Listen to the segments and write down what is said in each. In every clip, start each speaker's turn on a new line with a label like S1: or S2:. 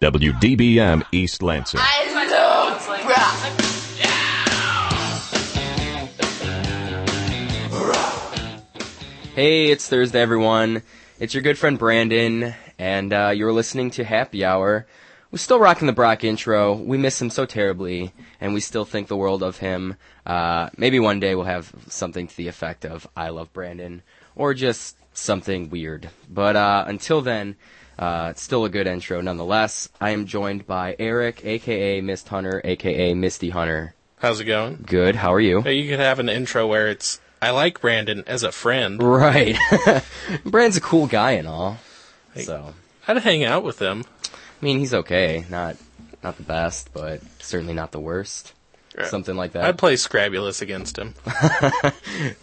S1: WDBM East Lansing.
S2: I love rock.
S3: Hey, it's Thursday, everyone. It's your good friend Brandon, and uh, you're listening to Happy Hour. We're still rocking the Brock intro. We miss him so terribly, and we still think the world of him. Uh, maybe one day we'll have something to the effect of "I love Brandon" or just something weird. But uh, until then, uh, it's still a good intro nonetheless. I am joined by Eric, aka Mist Hunter, aka Misty Hunter.
S4: How's it going?
S3: Good. How are you?
S4: Hey, You could have an intro where it's I like Brandon as a friend.
S3: Right. Brand's a cool guy and all. So.
S4: I'd hang out with him.
S3: I mean, he's okay. Not not the best, but certainly not the worst. Something like that.
S4: I'd play Scrabulous against him.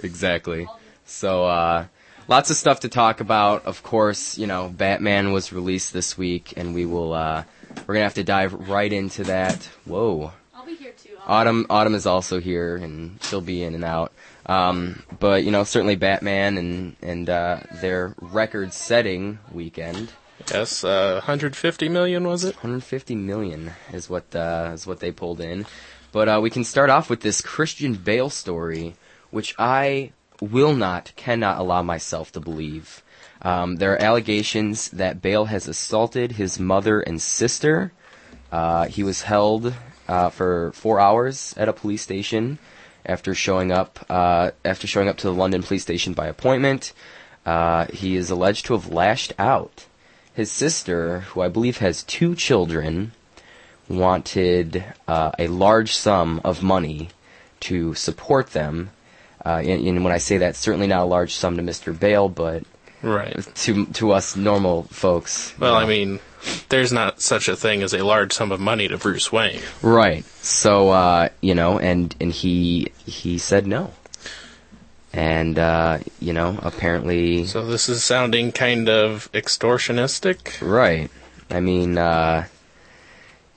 S3: exactly. So, uh, lots of stuff to talk about. Of course, you know, Batman was released this week, and we will, uh, we're gonna have to dive right into that. Whoa.
S5: I'll be here too. I'll-
S3: Autumn, Autumn is also here, and she'll be in and out. Um, but, you know, certainly Batman and, and, uh, their record setting weekend.
S4: Yes, uh, 150 million was it?
S3: 150 million is what uh, is what they pulled in. But uh, we can start off with this Christian Bale story, which I will not, cannot allow myself to believe. Um, there are allegations that Bale has assaulted his mother and sister. Uh, he was held uh, for four hours at a police station after showing up uh, after showing up to the London police station by appointment. Uh, he is alleged to have lashed out. His sister, who I believe has two children, wanted uh, a large sum of money to support them. Uh, and, and when I say that, certainly not a large sum to Mr. Bale, but
S4: Right.
S3: to to us normal folks.
S4: Well, I mean, there's not such a thing as a large sum of money to Bruce Wayne.
S3: Right. So uh, you know, and and he he said no. And uh, you know, apparently
S4: So this is sounding kind of extortionistic.
S3: Right. I mean, uh,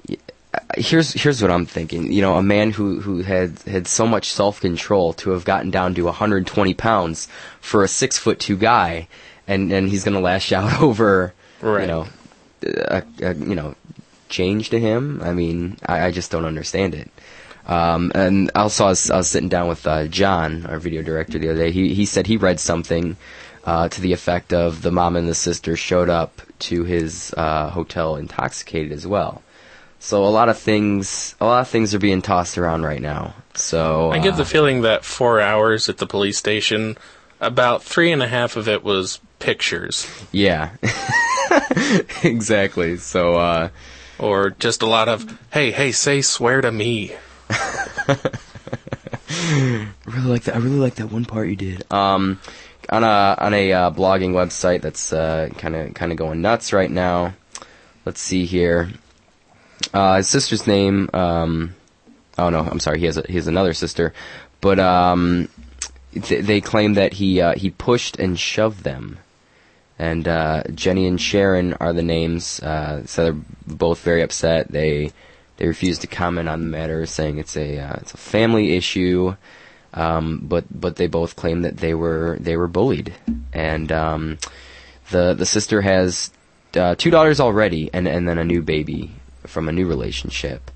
S3: y- uh, here's here's what I'm thinking. You know, a man who who had had so much self control to have gotten down to 120 pounds for a six foot two guy, and and he's gonna lash out over you
S4: Right.
S3: know, a, a, you know, change to him. I mean, I, I just don't understand it. Um, and also, I was, I was sitting down with uh, John, our video director, the other day. He he said he read something uh, to the effect of the mom and the sister showed up to his uh, hotel intoxicated as well. So a lot of things, a lot of things are being tossed around right now. So
S4: I get
S3: uh,
S4: the feeling that four hours at the police station, about three and a half of it was pictures
S3: yeah, exactly. So uh,
S4: or just a lot of hey, hey, say swear to me.
S3: really like that. I really like that one part you did. Um, on a on a uh, blogging website that's kind of kind of going nuts right now. Let's see here. Uh, his sister's name. Um, oh no, I'm sorry. He has a, he has another sister, but um, th- they claim that he uh, he pushed and shoved them. And uh, Jenny and Sharon are the names. Uh, so they're both very upset. They they refuse to comment on the matter, saying it's a uh, it's a family issue. Um, but but they both claim that they were they were bullied, and um, the the sister has uh, two daughters already, and and then a new baby from a new relationship,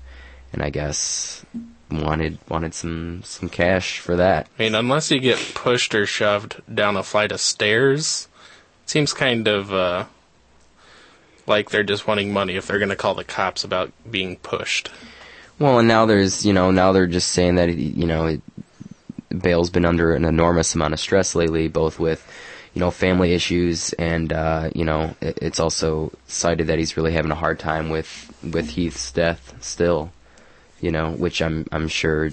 S3: and I guess wanted wanted some some cash for that.
S4: I mean, unless you get pushed or shoved down a flight of stairs, it seems kind of uh, like they're just wanting money if they're going to call the cops about being pushed.
S3: Well, and now there's, you know, now they're just saying that, you know, it, Bale's been under an enormous amount of stress lately, both with, you know, family issues and, uh, you know, it, it's also cited that he's really having a hard time with, with Heath's death still, you know, which I'm, I'm sure,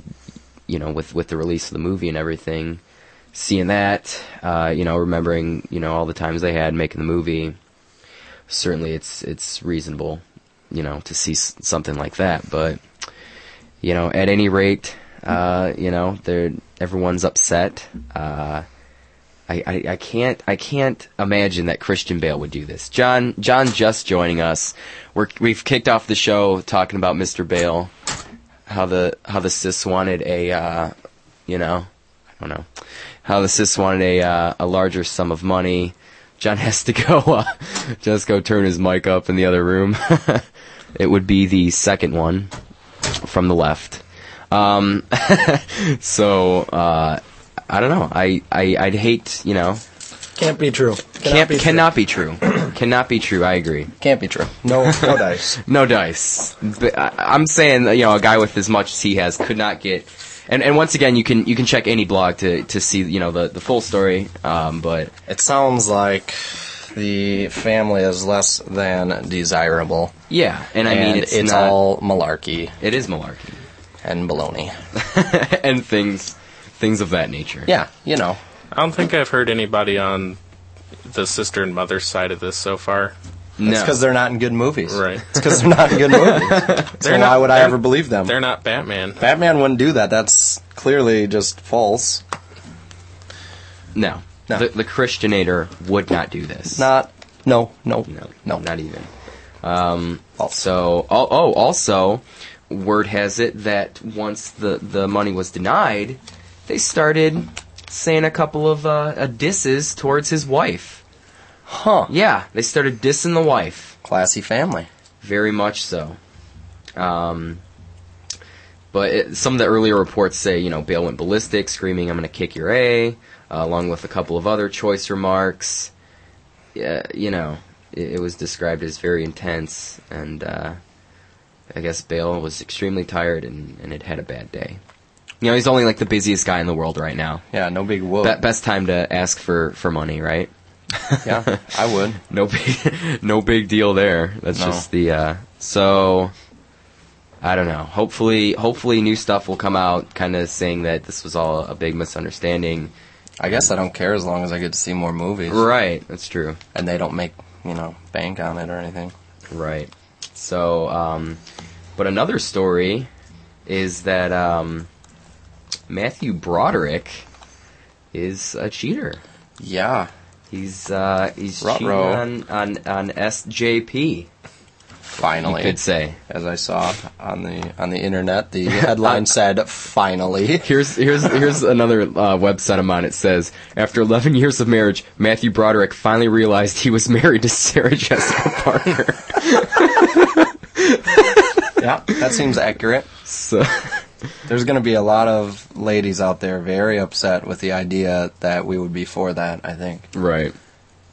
S3: you know, with, with the release of the movie and everything, seeing that, uh, you know, remembering, you know, all the times they had making the movie, certainly it's, it's reasonable, you know, to see s- something like that, but, you know, at any rate, uh, you know, they're everyone's upset. Uh, I, I, I can't I can't imagine that Christian Bale would do this. John John just joining us. We're we've kicked off the show talking about Mr. Bale, how the how the sis wanted a uh, you know I don't know how the sis wanted a uh, a larger sum of money. John has to go uh, just go turn his mic up in the other room. It would be the second one from the left. Um, so uh, I don't know. I, I I'd hate you know
S1: Can't be true.
S3: can't
S1: Cannot be
S3: cannot be true. cannot be true. I agree.
S1: True. Can't be true. No, no dice.
S3: No dice. But I- I'm saying you know a guy with as much as he has could not get. And and once again, you can you can check any blog to to see you know the the full story. Um, but
S1: It sounds like the family is less than desirable.
S3: yeah, and I
S1: and
S3: mean
S1: it's,
S3: it's, not,
S1: all malarkey
S3: it is malarkey
S1: and baloney.
S3: and things things of that nature.
S1: Yeah, you know.
S4: I don't think I've heard anybody on the sister and mother side of this so far.
S3: no.
S1: It's because they're not in good movies.
S4: Right.
S1: It's because they're not in good movies. so
S4: They're not-
S1: why would I
S4: they're-
S1: ever believe them?
S4: They're not Batman.
S1: Batman wouldn't do that. That's clearly just false.
S3: No.
S1: No.
S3: The, the Christianator would not do this.
S1: Not. No. No.
S3: No.
S1: No.
S3: Not even.
S1: false.
S3: So, oh, oh, also, word has it that once the, the money was denied, they started saying a couple of uh, uh, disses towards his wife.
S1: Huh.
S3: Yeah, they started dissing the wife.
S1: Classy family.
S3: Very much so. Um, but it, some of the earlier reports say, you know, Bale went ballistic, screaming, I'm going to kick your A, uh, along with a couple of other choice remarks. Yeah, you know, it, it was described as very intense, and uh, I guess Bale was extremely tired and, and had had a bad day. You know, he's only like the busiest guy in the world right now.
S1: Yeah. No big whoop.
S3: Be- best time to ask for, for money, right?
S1: yeah. I would.
S3: No big, no big deal there. That's
S1: No.
S3: just the uh, so. I don't know. Hopefully, hopefully, new stuff will come out, kind of saying that this was all a big misunderstanding.
S1: I guess I don't care as long as I get to see more movies.
S3: Right. That's true.
S1: And they don't make you know bank on it or anything.
S3: Right. So, um, but another story is that um, Matthew Broderick is a cheater.
S1: Yeah.
S3: He's uh, he's
S1: Ruh-roh.
S3: cheating on, on on SJP.
S1: Finally.
S3: You could say.
S1: as I saw on the on the internet, the headline said finally.
S3: Here's here's here's another uh, website of mine. It says after 11 years of marriage, Matthew Broderick finally realized he was married to Sarah Jessica Parker.
S1: Yeah. That seems accurate.
S3: so,
S1: There's going to be a lot of ladies out there very upset with the idea that we would be for that. I think,
S3: right,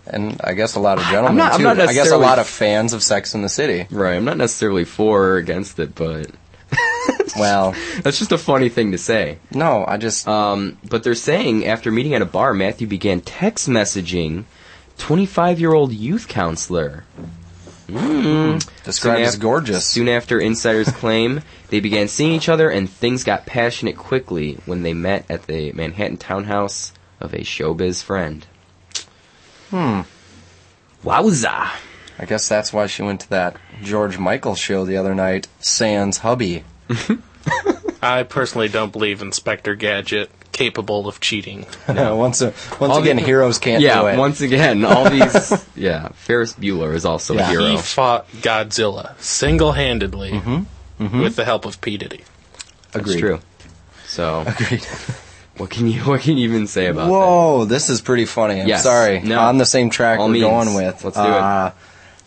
S1: and I guess a lot of gentlemen
S3: I'm not- I'm
S1: too.
S3: not
S1: I guess a
S3: necessarily-
S1: lot of fans of Sex in the City.
S3: right. I'm not necessarily for or against it, but
S1: Well,
S3: that's just a funny thing to say.
S1: no, I just
S3: Um, but they're saying after meeting at a bar, Matthew began text messaging 25 year old youth counselor.
S1: described
S3: Soon
S1: as
S3: af-
S1: gorgeous.
S3: Soon after insiders claim they began seeing each other, and things got passionate quickly when they met at the Manhattan townhouse of a showbiz friend. Hmm. Wowza!
S1: I guess that's why she went to that George Michael show the other night. Sans hubby.
S4: I personally don't believe Inspector Gadget capable of cheating.
S1: once a, once
S3: All the-
S1: again, heroes can't do
S3: Yeah,
S1: it.
S3: once again, all these. yeah, Ferris Bueller is also
S1: Yeah.
S3: a hero.
S4: He fought Godzilla single handedly with the help of P. Diddy.
S3: That's
S1: Agreed.
S3: true. So, what can you what can you even say about
S1: Whoa, this is pretty funny. I'm
S3: Yes.
S1: sorry.
S3: No.
S1: On the same track
S3: All
S1: we're
S3: means.
S1: going with.
S3: Let's do it.
S1: Uh,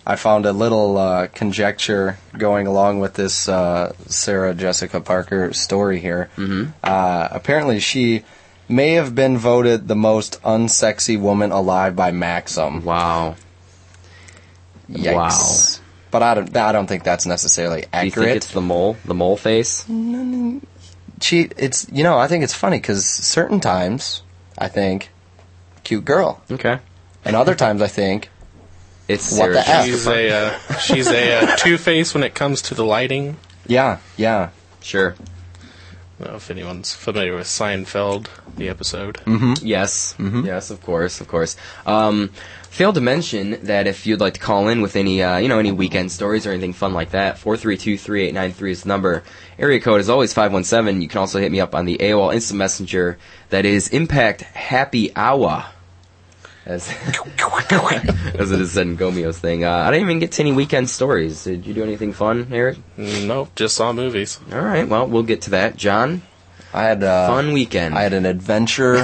S1: I found a little uh, conjecture going along with this uh, Sarah Jessica Parker story here. Mm-hmm. Uh, apparently, she may have been voted the most unsexy woman alive by Maxim.
S3: that? Wow.
S1: Yikes. But I don't. I don't think that's necessarily
S3: Do you think
S1: accurate. Hmm.
S3: it's the mole? The mole face?
S1: she. It's you know. I think it's funny because certain times I think cute girl,
S3: Okay.
S1: and other times I think
S3: It's Sarah.
S1: What the F?
S4: She's a uh, she's a uh, two face when it comes to the lighting.
S1: yeah, yeah.
S3: Sure.
S4: I don't know if anyone's familiar with Seinfeld, the episode.
S3: Mm-hmm. Yes,
S1: Mm-hmm.
S3: yes, of course, of course. Um, failed to mention that if you'd like to call in with any, uh, you know, any weekend stories or anything fun like that, four three two three eight nine three is the number. Area code is always five one seven. You can also hit me up on the AOL Instant Messenger. That is Impact Happy Hour. As, as it is said in Gomio's thing. Uh, I didn't even get to any weekend stories. Did you do anything fun, Eric?
S4: Nope, just saw movies.
S3: All right, well, we'll get to that. John,
S1: I had uh,
S3: fun weekend.
S1: I had an adventure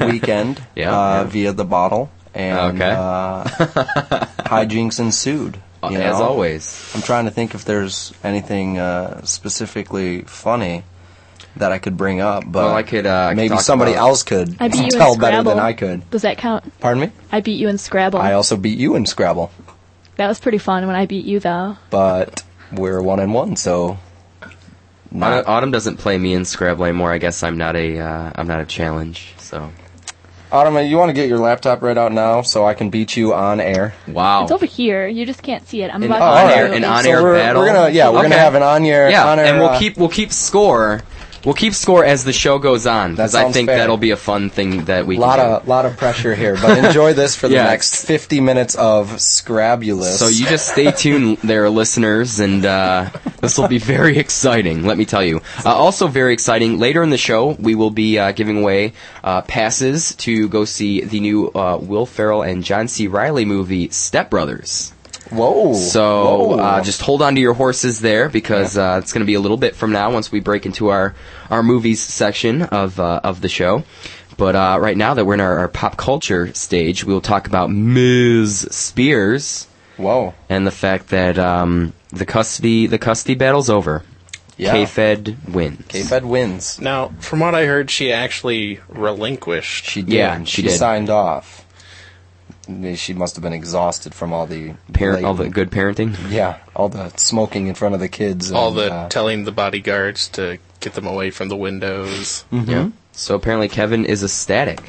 S1: weekend
S3: Yeah,
S1: uh,
S3: yeah.
S1: via the bottle, and
S3: Okay.
S1: uh, hijinks ensued. you
S3: as
S1: know?
S3: always.
S1: I'm trying to think if there's anything uh, specifically funny that I could bring up, but
S3: Well, I could, uh, I could
S1: maybe
S3: talk
S1: somebody
S3: about-
S1: else could
S5: I beat you
S1: tell
S5: in
S1: better
S5: Scrabble.
S1: than I could.
S5: Does that count?
S1: Pardon me?
S5: I beat you in Scrabble.
S1: I also beat you in Scrabble,
S5: that was pretty fun when I beat you, though.
S1: but we're one and one, so
S3: Autumn,
S1: not,
S3: Autumn doesn't play me in Scrabble anymore. I guess I'm not a uh, I'm not a challenge. So
S1: Autumn, uh, you want to get your laptop right out now so I can beat you on air.
S3: wow.
S1: Oh.
S5: It's over here. You just can't see it. I'm
S3: An
S5: about
S1: all
S5: to
S1: right.
S3: on-air
S5: do it.
S3: an
S1: Oh, So
S3: on-air
S1: we're-
S3: battle.
S1: We're gonna yeah, we're gonna
S3: Okay.
S1: have an on air
S3: yeah,
S1: on air uh,
S3: and we'll keep we'll keep score. We'll keep score as the show goes on because
S1: That
S3: I
S1: sounds
S3: think
S1: fair.
S3: that'll be a fun thing that we
S1: a lot
S3: can
S1: of lot of pressure here, but enjoy this for the
S3: Yeah.
S1: next 50 minutes of
S3: do.
S1: Scrabulous.
S3: So you just stay tuned, there, listeners, and uh, this will be very exciting. Let me tell you. Uh, also, very exciting. Later in the show, we will be uh, giving away uh, passes to go see the new uh, Will Ferrell and John C. Riley movie, Step Brothers.
S1: whoa.
S3: So
S1: whoa.
S3: uh, just hold on to your horses there because uh, it's going to be a little bit from now once we break into our our movies section of uh, of the show. But uh, right now that we're in our, our pop culture stage, we'll talk about Ms. Spears
S1: whoa.
S3: and the fact that um, the custody the custody battle's over.
S1: Yeah.
S3: K-Fed wins.
S1: K-Fed wins.
S4: Now, from what I heard, she actually relinquished.
S1: She did.
S3: Yeah, she did.
S1: signed off. She must have been exhausted from all the
S3: Parent, all the
S1: blatant-
S3: good parenting.
S1: yeah, all the smoking in front of the kids. And,
S4: all the
S1: uh,
S4: telling the bodyguards to get them away from the windows.
S1: Hmm?
S3: Yeah. So apparently Kevin is ecstatic.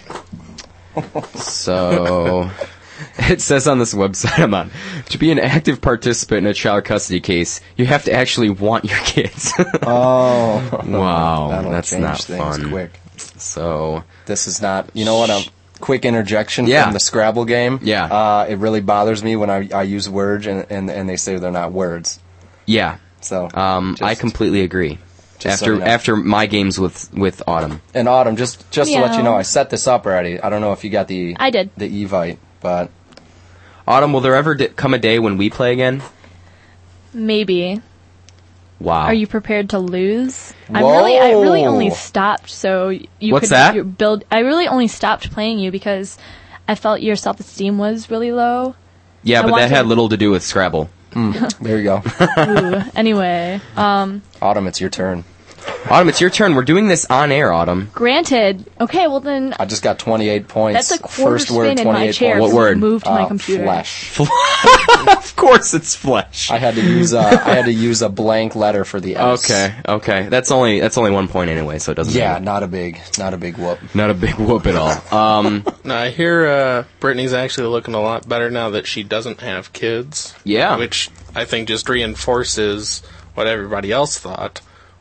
S3: so it says on this website I'm on, to be an active participant in a child custody case, you have to actually want your kids.
S1: oh,
S3: wow,
S1: that'll
S3: that's
S1: change
S3: not
S1: things
S3: fun.
S1: quick.
S3: So
S1: This is not. You know what? A quick interjection
S3: Yeah.
S1: from the Scrabble game.
S3: Yeah.
S1: uh, it really bothers me when I, I use words and, and and they say they're not words.
S3: yeah,
S1: So
S3: um, I
S1: just-
S3: completely agree.
S1: Just so
S3: After
S1: you know.
S3: after my games with with Autumn,
S1: and Autumn, just just to let you know,
S5: Meow.
S1: I set this up already. I don't know if you got the
S5: I did.
S1: the evite, but
S3: Autumn, will there ever d- come a day when we play again?
S5: Maybe.
S3: Wow.
S5: Are you prepared to lose? I'm really, I really only stopped so you
S3: What's
S5: could
S3: that?
S5: you build. I really only stopped playing you because I felt your self esteem was really low.
S3: yeah,
S5: I
S3: but
S5: want
S3: that
S5: to-
S3: had little to do with Scrabble.
S1: there you go.
S5: Ooh, anyway, um,
S1: Autumn, it's your turn.
S3: Autumn, it's your turn. We're doing this on air, Autumn.
S5: granted. Okay, well then
S1: I just got 28 points.
S5: that's a quarter
S1: First
S5: spin
S1: word, 28
S5: in my chair.
S1: points.
S3: What
S5: so
S3: word?
S5: Moved
S1: Uh,
S5: my computer.
S1: Flesh.
S3: Of course, it's flesh.
S1: I had to use a, I had to use a blank letter for the S.
S3: Okay, okay. That's only that's only one point anyway, so it doesn't.
S1: Yeah,
S3: matter.
S1: not a big, not a big whoop.
S3: not a big whoop at all. Um,
S4: Now I hear uh, Brittany's actually looking a lot better now that she doesn't have kids.
S3: Yeah.
S4: which I think just reinforces what everybody else thought.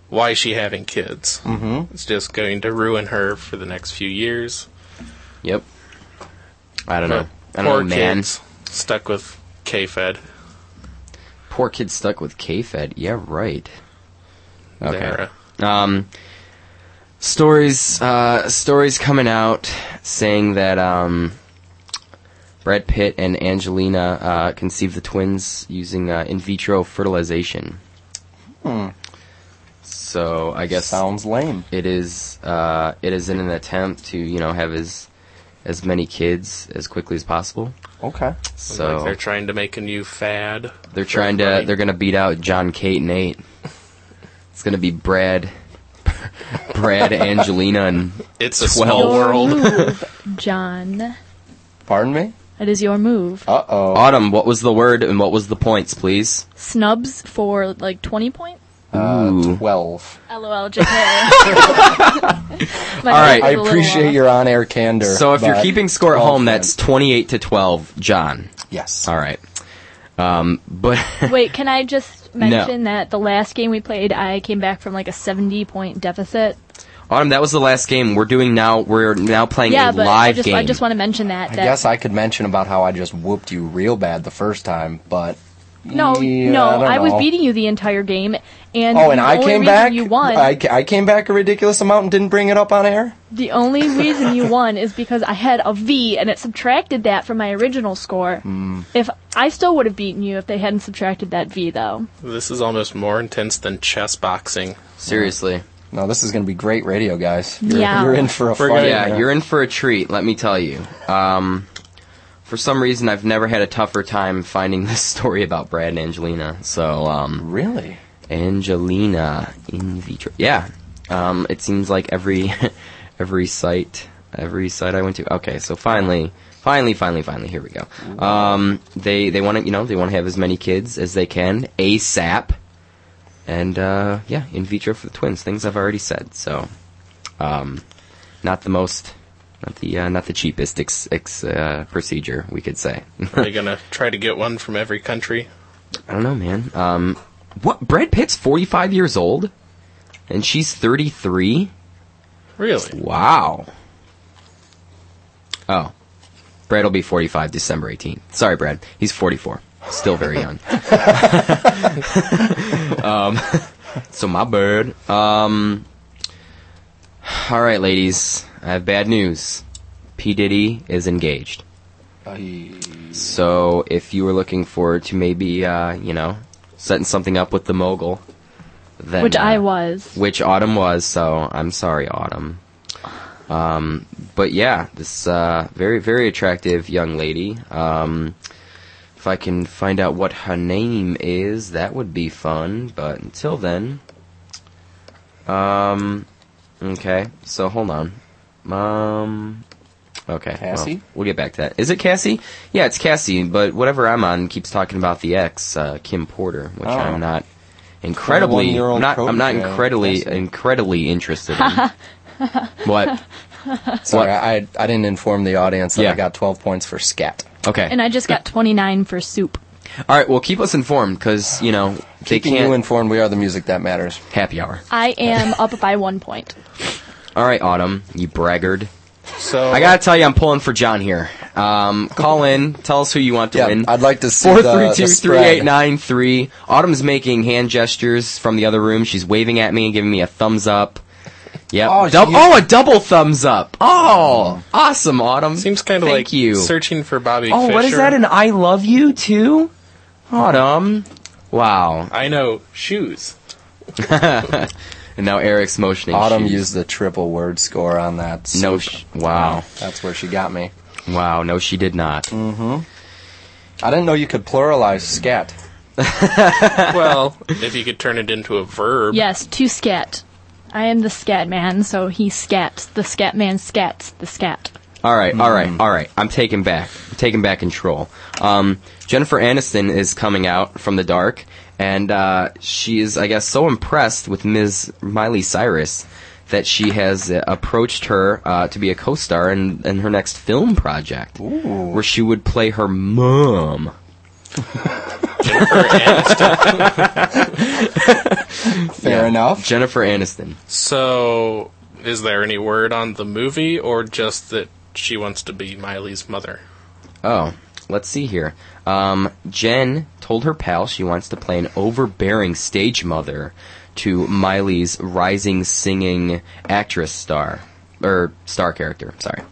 S4: Why is she having kids? Mm-hmm. It's just going to ruin her for the next few years.
S3: yep. I don't know. I don't
S4: Poor
S3: know, man.
S4: kids stuck with K-Fed.
S3: Poor kid stuck with K-Fed. Yeah, right. Okay.
S4: There.
S3: Um, stories uh, stories coming out saying that um, Brad Pitt and Angelina uh, conceived the twins using uh, in vitro fertilization. Hmm. So I guess
S1: Sounds lame.
S3: it is uh, it is in an attempt to you know have as as many kids as quickly as possible.
S1: Okay.
S3: So
S4: like they're trying to make a new fad.
S3: they're trying to
S4: Right.
S3: they're gonna beat out John Kate and eight. It's gonna be Brad, Brad, Angelina, and
S4: It's a
S3: 12.
S4: small
S5: Your
S4: world.
S5: move, John.
S1: Pardon me.
S5: It is your move.
S1: Uh oh.
S3: Autumn. What was the word and what was the points, please?
S5: Snubs for like 20 points.
S3: Ooh.
S1: 12.
S5: LOL, JK. All
S3: right.
S1: I appreciate your on-air candor.
S3: So if you're
S1: but
S3: keeping score at
S1: 12
S3: home,
S1: then-
S3: that's twenty-eight to twelve, John.
S1: yes.
S3: All right. Um, but
S5: Wait, can I just mention that the last game we played, I came back from like a 70 point deficit.
S3: Autumn, that was the last game. We're doing now. We're now playing
S5: Yeah,
S3: a
S5: but
S3: live
S5: I just,
S3: game.
S5: I just want to mention that.
S1: I
S5: that
S1: guess I could mention about how I just whooped you real bad the first time, but
S5: no,
S1: Yeah,
S5: no,
S1: I don't
S5: I, was
S1: know.
S5: beating you the entire game, and
S1: Oh, and
S5: the
S1: I
S5: only
S1: came
S5: reason
S1: back.
S5: You won.
S1: I, ca- I came back a ridiculous amount and didn't bring it up on air.
S5: The only reason you won is because I had a V, and it subtracted that from my original score.
S1: Hmm.
S5: If I still would have beaten you if they hadn't subtracted that V, though.
S4: This is almost more intense than chess boxing.
S3: Seriously.
S1: No, this is going to be great radio, guys. You're,
S5: Yeah.
S1: you're in for a
S4: We're
S1: fight.
S4: gonna-
S3: Yeah, you're in for a treat. Let me tell you. Um, for some reason, I've never had a tougher time finding this story about Brad and Angelina. So, um,
S1: Really?
S3: Angelina in vitro. Yeah. Um, it seems like every every site every site I went to. Okay, so finally, finally, finally, finally, here we go. Um, they they want to you know they want to have as many kids as they can ASAP, and uh, yeah, in vitro for the twins. Things I've already said. So, um, not the most. Not the uh, not the cheapest ex, ex, uh, procedure we could say.
S4: Are they gonna try to get one from every country?
S3: I don't know, man. Um, what? Brad Pitt's 45 years old, and she's 33.
S4: Really?
S3: Wow. Oh, Brad will be 45 December 18th. Sorry, Brad. He's 44. Still very young. um, so my bird. Um, all right, ladies. I have bad news. P Diddy is engaged. So if you were looking forward to maybe, uh, you know, setting something up with the mogul, then
S5: which I
S3: uh,
S5: was.
S3: which autumn was so i'm sorry autumn um, but yeah this uh, very very attractive young lady um, if i can find out what her name is that would be fun but until then um, okay so hold on um, okay well,
S1: Cassie?
S3: we'll get back to that is it cassie yeah it's cassie but whatever i'm on keeps talking about the ex uh, kim porter which
S1: Oh.
S3: i'm not incredibly
S1: 21-year-old
S3: I'm not I'm not
S1: protege,
S3: incredibly
S1: Cassie.
S3: incredibly interested in what
S1: Sorry, I, I didn't inform the audience that
S3: Yeah.
S1: I got 12 points for scat.
S3: okay
S5: And I just got 29 for soup.
S3: all right well keep us informed because you know they
S1: Keeping you
S3: can't
S1: informed, we are the music that matters.
S3: happy hour
S5: I am up by one point.
S3: all right autumn you braggart
S4: So
S3: I gotta tell you I'm pulling for John here um call in tell us who you want to
S1: Yeah,
S3: win
S1: I'd like to see
S3: Four
S1: the-
S3: three two three
S1: the spread.
S3: eight nine three. Autumn's making hand gestures from the other room. She's waving at me and giving me a thumbs up. Yep.
S1: Oh,
S3: Oh,
S1: she-
S3: oh a double thumbs up. Oh, awesome, Autumn.
S4: seems kind of
S3: Thank
S4: like
S3: you.
S4: searching for Bobby.
S3: Oh, what is
S4: Fischer.
S3: that? An I love you too? Autumn. Wow.
S4: I know shoes.
S3: And now Eric's motioning.
S1: Autumn
S3: shoes.
S1: used the triple word score on that. so
S3: No. Sh- wow.
S1: That's where she got me.
S3: Wow. No, she did not.
S1: I didn't know you could pluralize scat.
S3: Oh.
S4: Well, if you could turn it into a verb.
S5: Yes, two scat. I am the scat man, so he scats. The scat man scats the scat.
S3: All right. All right. All right. I'm taking back. I'm taking back control. Um, Jennifer Aniston is coming out from the dark, and uh, she is, I guess, so impressed with Ms. Miley Cyrus that she has uh, approached her uh, to be a co-star in, in her next film project, where she would play her mom.
S4: Jennifer Aniston.
S1: Fair enough.
S3: Jennifer Aniston.
S4: So, is there any word on the movie, or just that she wants to be Miley's mother?
S3: Oh, let's see here. Um, Jen told her pal she wants to play an overbearing stage mother to Miley's rising singing actress star or star character. Sorry,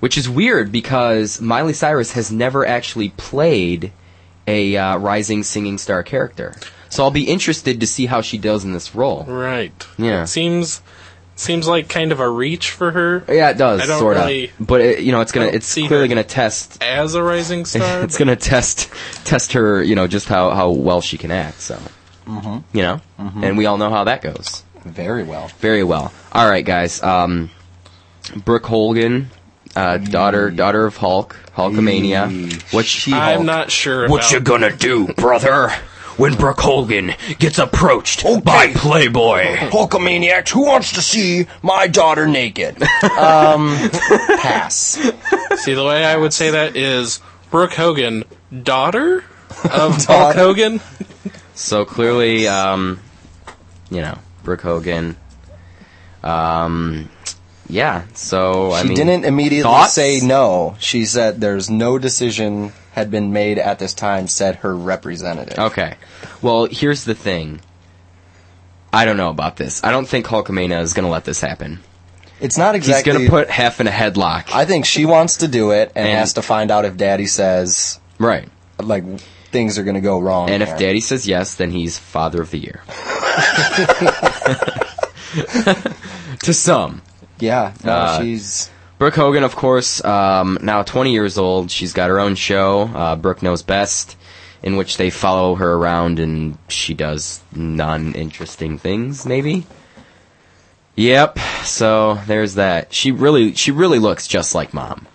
S3: which is weird because Miley Cyrus has never actually played a uh, rising singing star character. So I'll be interested to see how she does in this role.
S4: Right.
S3: Yeah.
S4: Seems seems like kind of a reach for her
S3: Yeah, it does
S4: I don't
S3: sort
S4: really-
S3: of, but it, you know, it's gonna
S4: I don't
S3: it's
S4: see
S3: clearly
S4: her-
S3: gonna test
S4: as a rising star.
S3: it's gonna test test her, you know, just how, how well she can act. So,
S1: Mm-hmm.
S3: you know, and we all know how that goes
S1: Very well.
S3: very well. All right, guys. Um, Brooke Holgan, uh, daughter
S1: Mm.
S3: daughter of Hulk, Hulkamania. What she?
S4: I'm not sure. about
S3: gonna do, brother? When Brooke Holgan gets approached by Playboy,
S1: Hulkamaniacs, who wants to see my daughter naked? um, pass.
S4: See, the way I would say that is Brooke Hogan, daughter of Hulk
S1: Daughter.
S4: Hogan.
S3: so clearly, um, you know, Brooke Hogan. Um, yeah. So I
S1: She
S3: mean,
S1: didn't immediately
S3: thoughts?
S1: say no. She said there's no decision had been made at this time, said her representative.
S3: Okay. Well, here's the thing. I don't know about this. I don't think Hulkamania is going to let this happen.
S1: It's not exactly.
S3: He's going to put half in a headlock.
S1: I think she wants to do it and,
S3: And-
S1: has to find out if daddy says,
S3: right.
S1: like, things are going to go wrong.
S3: And if
S1: there.
S3: Daddy says yes, then he's Father of the Year. to some.
S1: Yeah, no,
S3: Uh,
S1: she's.
S3: Brooke Hogan, of course, um, now 20 years old. She's got her own show, uh, Brooke Knows Best, in which they follow her around and she does non interesting things, maybe? Yep, so there's that. She really, she really looks just like mom.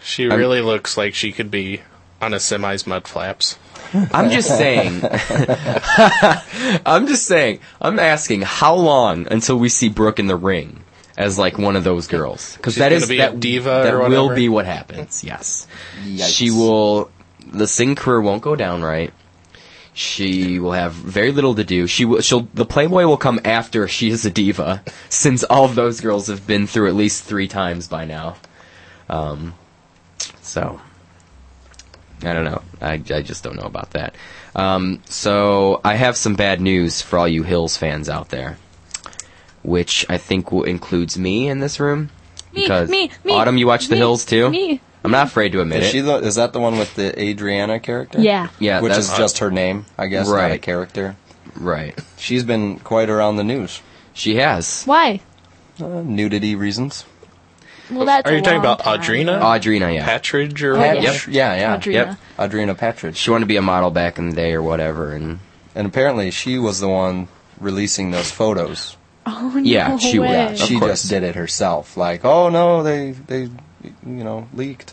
S4: She really looks like she could be on a semi's mud flaps.
S3: I'm just saying. I'm just saying. I'm asking how long until we see Brooke in the ring as like one of those girls because
S4: She's
S3: that
S4: gonna
S3: is
S4: be a
S3: that
S4: diva or
S3: That will
S4: whatever?
S3: be what happens. Yes,
S1: Yikes.
S3: she will. The sing career won't go down right. She will have very little to do. She will. She'll. The Playboy will come after she is a diva, since all of those girls have been through at least three times by now. Um, so I don't know. I, I just don't know about that. Um, so I have some bad news for all you Hills fans out there, which I think w- includes me in this room.
S5: Me,
S3: because
S5: me, me.
S3: Autumn, you watch The
S5: me,
S3: Hills too.
S5: Me.
S3: I'm not afraid to admit
S1: Is
S3: it.
S1: she the, is that the one with the Adriana character?
S5: Yeah.
S3: yeah,
S1: which
S3: that's
S1: is just her name, I guess, not a
S3: Right.
S1: character.
S3: right.
S1: She's been quite around the news,
S3: She has
S5: Why?
S1: uh, nudity reasons.
S5: Well, that's
S4: Are
S5: a
S4: you talking
S5: long
S4: about
S5: time.
S4: Audrina?
S3: Audrina. Uh, Yeah,
S4: Patridge or
S5: Oh, yeah.
S4: whatever?
S1: Patridge- Yeah, yeah.
S5: Audrina.
S3: Yep.
S1: Audrina Patridge.
S3: she wanted to be a model back in the day or whatever, and
S1: And apparently she was the one releasing those photos.
S5: Oh, no
S3: Yeah, she
S5: way.
S3: will. Yeah,
S1: she
S3: course.
S1: just did it herself. Like, oh no, they they you know, leaked.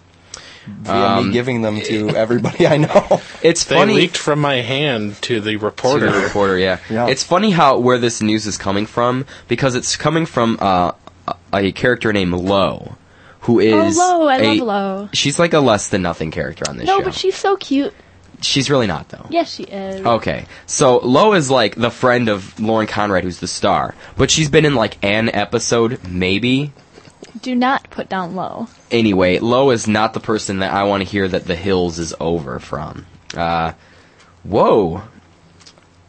S1: Via me
S3: Um,
S1: giving them to everybody I know.
S3: it's
S4: They
S3: funny.
S4: leaked from my hand to the
S3: To
S4: reporter.
S3: the reporter, yeah.
S1: Yeah.
S3: It's funny how where this news is coming from because it's coming from uh, a- a character named Lo, who
S5: Oh,
S3: is
S5: Lo, I
S3: a-
S5: love Lo.
S3: She's like a less than nothing character on this
S5: No,
S3: show.
S5: but she's so cute.
S3: she's really not though.
S5: Yes, she is.
S3: Okay, so Lo is like the friend of Lauren Conrad, who's the star, but she's been in like an episode, maybe.
S5: Do not put down low.
S3: Anyway, Lo is not the person that I want to hear that The Hills is over from. Uh, whoa.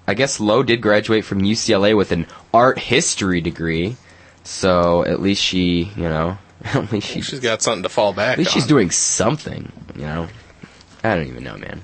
S3: I guess Lo did graduate from UCLA with an art history degree, so at least she, you know, at least she,
S4: She's got something to fall back
S3: at least she's
S4: on.
S3: doing something, you know? I don't even know, man.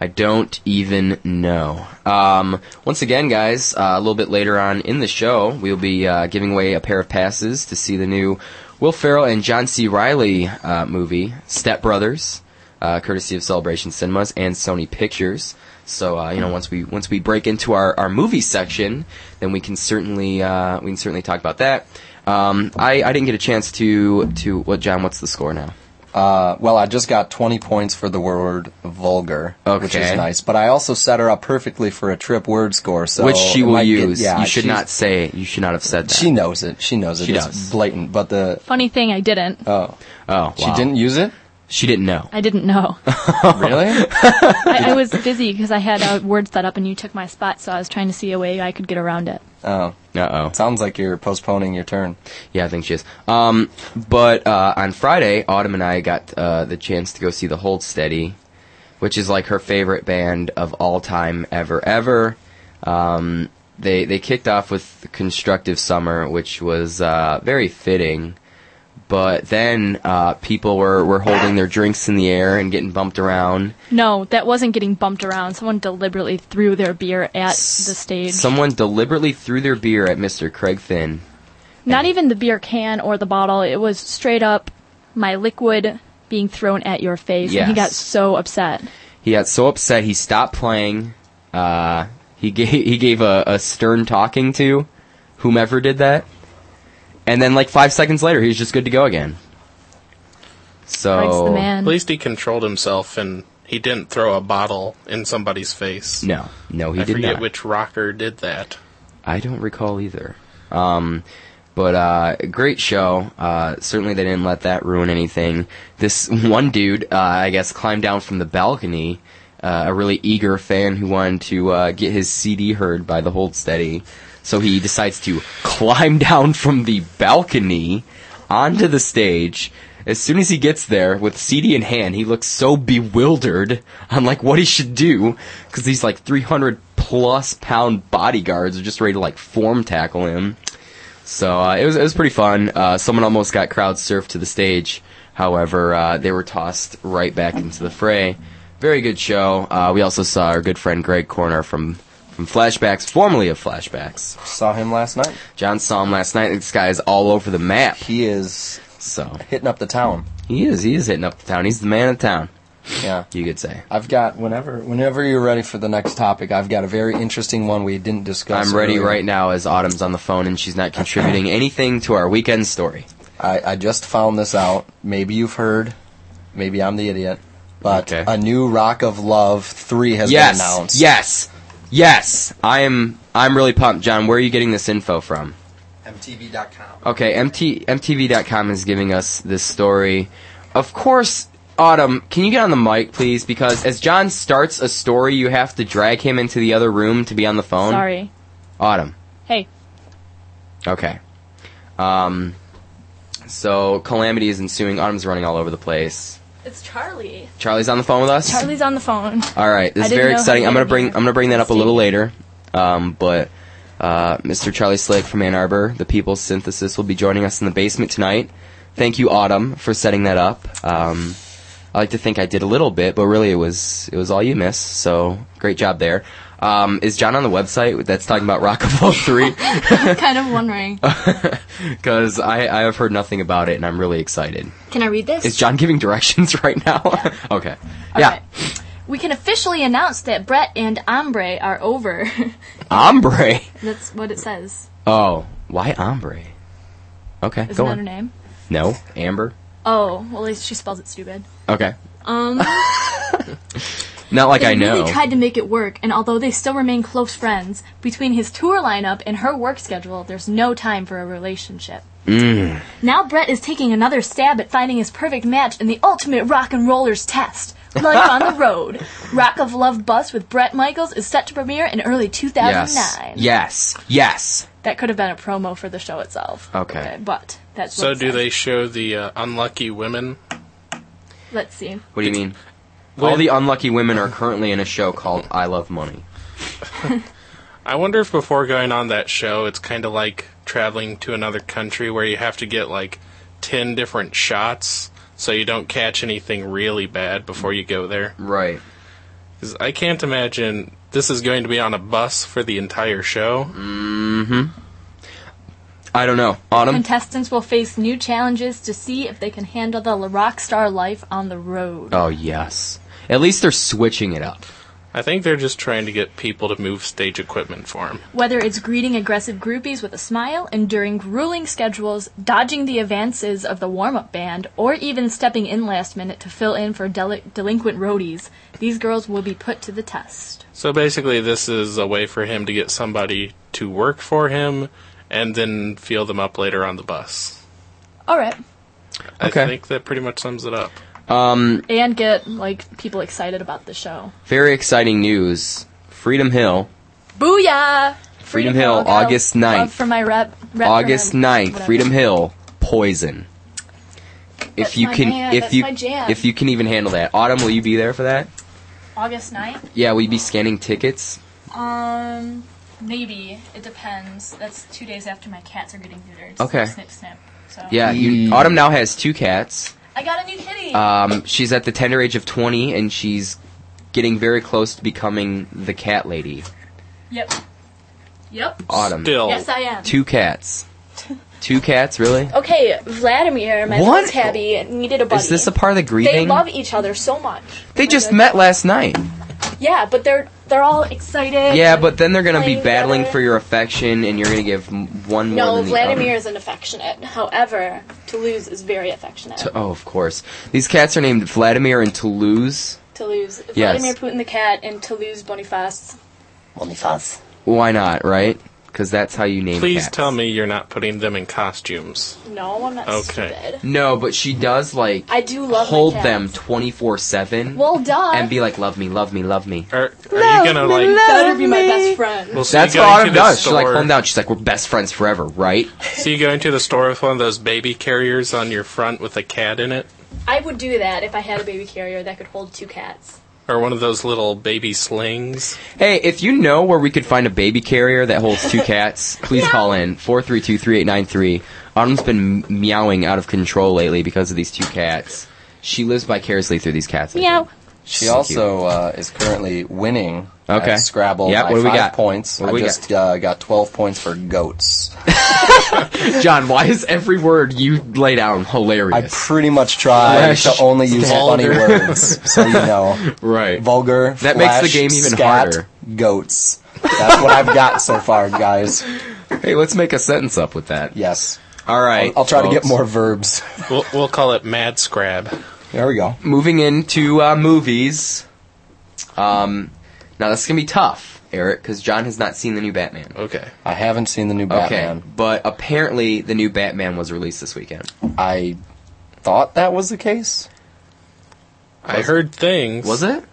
S3: I don't even know. Um, once again, guys, uh, a little bit later on in the show, we'll be uh, giving away a pair of passes to see the new Will Ferrell and John C. Riley uh, movie, Step Brothers, uh, courtesy of Celebration Cinemas and Sony Pictures. So uh, you know, once we once we break into our, our movie section, then we can certainly uh, we can certainly talk about that. Um, I, I didn't get a chance to to what John? What's the score now?
S1: Uh, well, I just got 20 points for the word vulgar, which is
S3: Okay.
S1: nice. But I also set her up perfectly for a trip word score, so
S3: which she
S1: Oh, it
S3: will
S1: might get-
S3: use.
S1: yeah,
S3: you should
S1: she's-
S3: not say. You should not have said that.
S1: She knows it. She knows it.
S3: She
S1: it's
S3: does.
S1: blatant. But the
S5: Funny thing, I didn't.
S1: oh,
S3: oh,
S1: she
S3: wow.
S1: didn't use it.
S3: She didn't know.
S5: I didn't know.
S1: Really?
S5: I, I was busy because I had a word set up and you took my spot, so I was trying to see a way I could get around it.
S1: oh,
S3: Uh oh.
S1: sounds like you're postponing your turn.
S3: Yeah, I think she is. Um, but uh, on Friday, Autumn and I got uh, the chance to go see the Hold Steady, which is like her favorite band of all time ever, ever. Um, they they kicked off with Constructive Summer, which was uh, very fitting. But then uh, people were, were holding their drinks in the air and getting bumped around.
S5: No, that wasn't getting bumped around. Someone deliberately threw their beer at the stage.
S3: Someone deliberately threw their beer at Mr. Craig Finn.
S5: Not even the beer can or the bottle. It was straight up my liquid being thrown at your face. And he
S3: Yes.
S5: got so upset.
S3: He got so upset he stopped playing. Uh, he gave he gave a, a stern talking to whomever did that, and then like five seconds later he was just good to go again.
S5: Christ
S3: So
S5: the man.
S4: At least he controlled himself and he didn't throw a bottle in somebody's face.
S3: no, no, he
S4: I
S3: did
S4: forget
S3: not.
S4: which rocker did that.
S3: I don't recall either. Um, but uh, great show. Uh, certainly they didn't let that ruin anything. This one dude, uh, I guess, climbed down from the balcony. Uh, a really eager fan who wanted to uh, get his CD heard by the Hold Steady, so he decides to climb down from the balcony onto the stage. As soon as he gets there with CD in hand, he looks so bewildered on like what he should do because these like 300 plus pound bodyguards are just ready to like form tackle him. So uh, it was it was pretty fun. Uh, someone almost got crowd surfed to the stage. However, uh, they were tossed right back into the fray. Very good show. Uh, we also saw our good friend Greg Corner from from Flashbacks, formerly of Flashbacks.
S1: Saw him last night.
S3: John saw him last night. This guy is all over the map.
S1: He is
S3: So
S1: hitting up the town.
S3: he is he is hitting up the town. He's the man of town.
S1: Yeah.
S3: You could say.
S1: I've got whenever whenever you're ready for the next topic, I've got a very interesting one we didn't discuss.
S3: I'm ready
S1: earlier.
S3: right now as Autumn's on the phone and she's not contributing anything to our weekend story.
S1: I, I just found this out. Maybe you've heard. Maybe I'm the idiot. But
S3: Okay.
S1: a new Rock of Love three has
S3: yes,
S1: been announced.
S3: yes, yes. I am. I'm really pumped, John. Where are you getting this info from?
S1: MTV.com.
S3: Okay, MT, MTV.com is giving us this story. Of course, Autumn, can you get on the mic, please? Because as John starts a story, you have to drag him into the other room to be on the phone.
S6: Sorry.
S3: Autumn.
S6: Hey.
S3: Okay. Um. So calamity is ensuing. Autumn's running all over the place.
S6: It's Charlie.
S3: Charlie's on the phone with us.
S6: Charlie's on the phone.
S3: All right, this
S6: I
S3: is
S6: didn't
S3: very
S6: know
S3: exciting.
S6: how
S3: I'm
S6: to
S3: gonna
S6: get
S3: bring
S6: here.
S3: I'm gonna bring that up a little later, um, but uh, Mr. Charlie Slake from Ann Arbor, the People's Synthesis, will be joining us in the basement tonight. Thank you, Autumn, for setting that up. Um, I like to think I did a little bit, but really it was it was all you, Miss. So great job there. Um, is John on the website that's talking about Rockaball Three?
S5: kind of wondering.
S3: Because I I have heard nothing about it, and I'm really excited.
S5: Can I read this?
S3: Is John giving directions right now? okay. yeah.
S5: right. we can officially announce that Brett and Ombre are over.
S3: Ombre.
S5: That's what it says.
S3: Oh, why Ombre? Okay,
S5: Isn't
S3: go
S5: that
S3: on.
S5: her name?
S3: No, Amber.
S5: Oh, well, at least she spells it stupid.
S3: Okay,
S5: Um,
S3: not like I
S5: they
S3: know.
S5: really tried to make it work, and although they still remain close friends, between his tour lineup and her work schedule, there's no time for a relationship.
S3: Mm.
S5: Now Brett is taking another stab at finding his perfect match in the ultimate rock and rollers test. Life on the road. Rock of Love Bus with Brett Michaels is set to premiere in early 2009.
S3: yes, yes, yes.
S5: That could have been a promo for the show itself.
S3: Okay.
S5: but that's
S4: So
S5: what it
S4: do
S5: says.
S4: they show the uh, unlucky women?
S5: Let's see.
S3: What do you mean? All
S4: When-
S3: the unlucky women are currently in a show called I Love Money.
S4: I wonder if before going on that show, it's kind of like traveling to another country where you have to get like 10 different shots so you don't catch anything really bad before you go there.
S3: Right.
S4: 'Cause I can't imagine this is going to be on a bus for the entire show.
S3: I don't know. Autumn.
S5: Contestants will face new challenges to see if they can handle the rock star life on the road.
S3: Oh yes. At least they're switching it up.
S4: I think they're just trying to get people to move stage equipment for them.
S5: Whether it's greeting aggressive groupies with a smile, enduring grueling schedules, dodging the advances of the warm up band, or even stepping in last minute to fill in for deli- delinquent roadies, these girls will be put to the test.
S4: So basically, this is a way for him to get somebody to work for him and then feel them up later on the bus.
S5: Alright.
S4: I
S3: Okay.
S4: think that pretty much sums it up.
S5: And get, like, people excited about the show.
S3: Very exciting news. Freedom Hill.
S5: Booyah!
S3: Freedom Hill,
S5: gotta love
S3: August 9th.
S5: For my rep, rep
S3: August
S5: for my-
S3: 9th,
S5: whatever.
S3: Freedom Hill, Poison. If
S5: That's
S3: you
S5: my
S3: can,
S5: man,
S3: if
S5: that's
S3: you,
S5: my jam.
S3: if you can even handle that, Autumn, will you be there for that?
S5: August 9th?
S3: Yeah, will you be scanning tickets?
S5: Um, maybe. It depends. That's two days after my cats are getting neutered.
S3: Okay.
S5: Snip, snip. So.
S3: Yeah, you, Autumn now has two cats.
S5: I got a new kitty!
S3: Um, she's at the tender age of 20, and she's getting very close to becoming the cat lady.
S5: yep. Yep.
S3: Autumn.
S4: Still,
S5: Yes, I am.
S3: Oh. Two cats. Two cats, really?
S6: Okay, Vladimir, my
S3: What?
S6: little tabby, needed a buddy.
S3: Is this a part of the
S6: they
S3: grieving?
S6: love each other so much.
S3: They just met last night.
S6: Yeah, but they're they're all excited.
S3: Yeah, but then they're gonna be
S6: Playing
S3: battling
S6: together.
S3: for your affection, and you're gonna give m- one more
S6: no,
S3: than the
S6: Vladimir
S3: other.
S6: isn't affectionate. However, Toulouse is very affectionate.
S3: T- Oh, of course. These cats are named Vladimir and Toulouse.
S6: Toulouse,
S3: Yes.
S6: Vladimir Putin the cat, and Toulouse Boniface. Boniface.
S3: Why not, right? Because that's how you name
S4: please
S3: cats.
S4: tell me you're not putting them in costumes.
S6: No, I'm not
S4: Okay.
S6: stupid.
S3: No, but she does like
S6: I do love my
S3: hold
S6: cats.
S3: them 24 seven.
S6: Well, duh.
S3: and be like, "Love me, love me, love me."
S4: Are, are you gonna like?
S6: better be my best friend.
S4: Well, so
S3: That's
S4: you
S3: what
S4: go
S3: Autumn
S4: into the
S3: does. She's like,
S4: store-
S3: "Calm down." She's like, "We're best friends forever, right?"
S4: So you go into the store with one of those baby carriers on your front with a cat in it,
S6: I would do that if I had a baby carrier that could hold two cats.
S4: or one of those little baby slings.
S3: Hey, if you know where we could find a baby carrier that holds two cats, please call in four three two three eight nine three. Autumn's been meowing out of control lately because of these two cats. She lives vicariously through these cats. I think.
S5: Meow.
S1: She
S3: So cute.
S1: also uh, is currently winning
S3: Okay.
S1: at Scrabble
S3: Yep,
S1: by
S3: what do we
S1: five
S3: got?
S1: points.
S3: What do
S1: I
S3: we
S1: just Uh, got 12 points for goats.
S3: John, why is every word you lay down
S1: I
S3: hilarious?
S1: pretty much try
S3: Flesh,
S1: to only use funny
S3: vulgar.
S1: words, so you know.
S3: right.
S1: Vulgar.
S3: That makes the
S1: flesh,
S3: game even
S1: scat,
S3: harder.
S1: Goats. That's what I've got so far, guys.
S3: Hey, let's make a sentence up with that.
S1: Yes.
S3: All right.
S1: I'll, I'll try to get
S3: folks.
S1: more verbs.
S4: We'll, we'll call it Mad Scrab.
S1: There we go.
S3: Moving into uh, movies. Um, now this is gonna be tough, Eric, because John has not seen the new Batman.
S4: Okay.
S1: I haven't seen the new Mm-hmm. Batman.
S3: Okay, but apparently the new Batman was released this weekend.
S1: I thought that was the case.
S4: I heard things.
S3: Was it?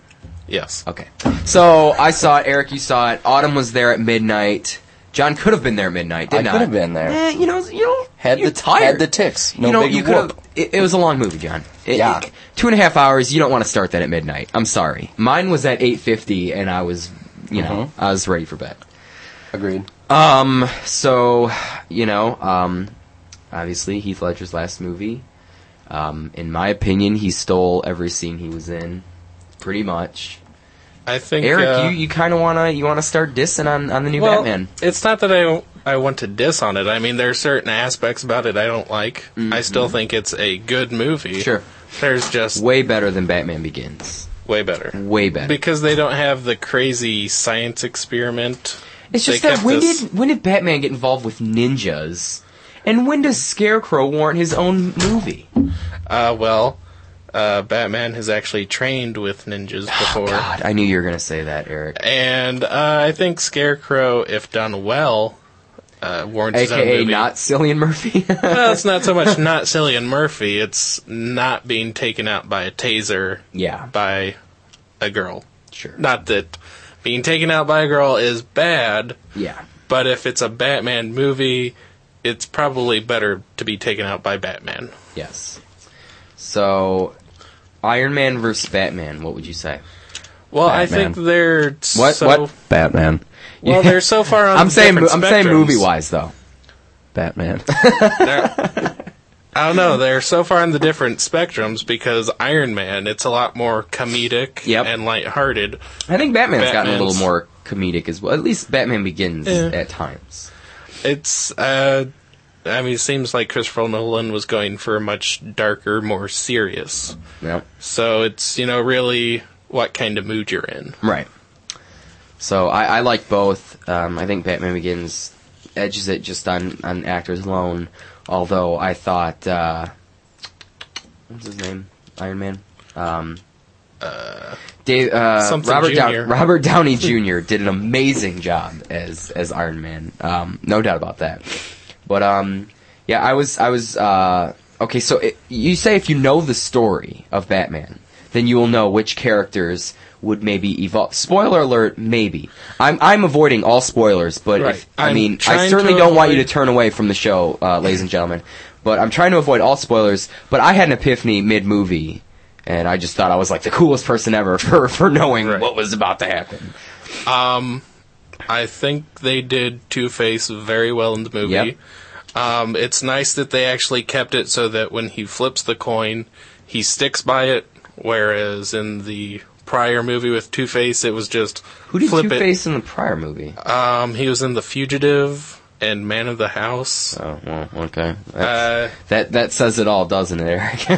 S4: Yes.
S3: Okay. So I saw it. Eric, you saw it. Autumn was there at midnight. John could have been there at midnight. Did
S1: I
S3: not.
S1: could have been there.
S3: Eh, you know, you know,
S1: Had
S3: you're
S1: the
S3: tired.
S1: had the ticks. No
S3: you know,
S1: big
S3: you could
S1: whoop.
S3: have. It, it was a long movie, John. It-
S1: Yeah.
S3: it- two and a half hours. You don't want to start that at midnight. I'm sorry. Mine was at eight fifty, and I was, you know,
S1: Mm-hmm.
S3: I was ready for bed.
S1: Agreed.
S3: Um. So, you know, um, obviously Heath Ledger's last movie. Um, in my opinion, he stole every scene he was in, pretty much.
S4: I think
S3: Eric,
S4: uh,
S3: you, you kind of wanna you wanna start dissing on, on the new
S4: well,
S3: Batman.
S4: It's not that I I want to diss on it. I mean, there are certain aspects about it I don't like. I still think it's a good movie.
S3: Mm-hmm. Sure,
S4: There's just way,
S3: way better than Batman Begins.
S4: better.
S3: Way better.
S4: Because they don't have the crazy science experiment.
S3: It's just
S4: they
S3: that
S4: kept
S3: when
S4: this-
S3: did when did Batman get involved with ninjas, and when does Scarecrow warrant his own movie?
S4: Uh, well, uh, Batman has actually trained with ninjas before.
S3: Oh, God, I knew you were gonna say that, Eric.
S4: And uh, I think Scarecrow, if done well, uh, warrants his own
S3: AKA
S4: movie.
S3: not Cillian Murphy.
S4: well, it's not so much not Cillian Murphy. It's not being taken out by a taser
S3: yeah,
S4: by a girl.
S3: sure.
S4: Not that being taken out by a girl is bad,
S3: Yeah,
S4: but if it's a Batman movie, it's probably better to be taken out by Batman.
S3: yes. So, Iron Man versus Batman. What would you say?
S4: Well, I
S3: Batman.
S4: think they're so
S1: Batman.
S4: well they're so far on.
S3: I'm saying
S4: different
S3: I'm saying
S4: spectrums.
S3: movie wise though.
S1: Batman.
S4: They're- I don't know. They're so far on the different spectrums because Iron Man, it's a lot more comedic
S3: Yep.
S4: and lighthearted.
S3: I think Batman's, gotten a
S4: Batman's-
S3: little more comedic as well. At least Batman Begins
S4: Yeah.
S3: at times.
S4: It's, uh, I mean, it seems like Christopher Nolan was going for a much darker, more serious.
S3: Yeah.
S4: So it's, you know, really what kind of mood you're in.
S3: Right. So I, I like both. Um, I think Batman Begins edges it just on, on actors alone. Although I thought, uh, what's his name? Iron Man. Um, Dave, uh,
S4: Something
S3: Robert, Dow-
S4: Jr..
S3: Robert Downey Jr. did an amazing job as as Iron Man. Um, no doubt about that. But um, yeah, I was I was uh, okay. So it, you say if you know the story of Batman, then you will know which characters would maybe evolve. Spoiler alert, maybe. I'm I'm avoiding all spoilers, but
S4: Right.
S3: if, I
S4: I'm
S3: mean, I
S4: trying
S3: certainly
S4: to
S3: don't want you to
S4: avoid-
S3: turn away from the show, uh, ladies and gentlemen. But I'm trying to avoid all spoilers. But I had an epiphany mid movie. And I just thought I was like the coolest person ever for, for knowing
S4: Right.
S3: what was about to happen.
S4: I think they did Two Face very well in the movie.
S3: Yep.
S4: Um, it's nice that they actually kept it so that when he flips the coin, he sticks by it. Whereas in the prior movie with Two Face, it was just
S3: Who did
S4: flip
S3: Two
S4: it.
S3: Face in the prior movie?
S4: Um, he was in The Fugitive and Man of the House.
S3: oh well, okay. That's-
S4: Uh,
S3: that that says it all, doesn't it, Eric?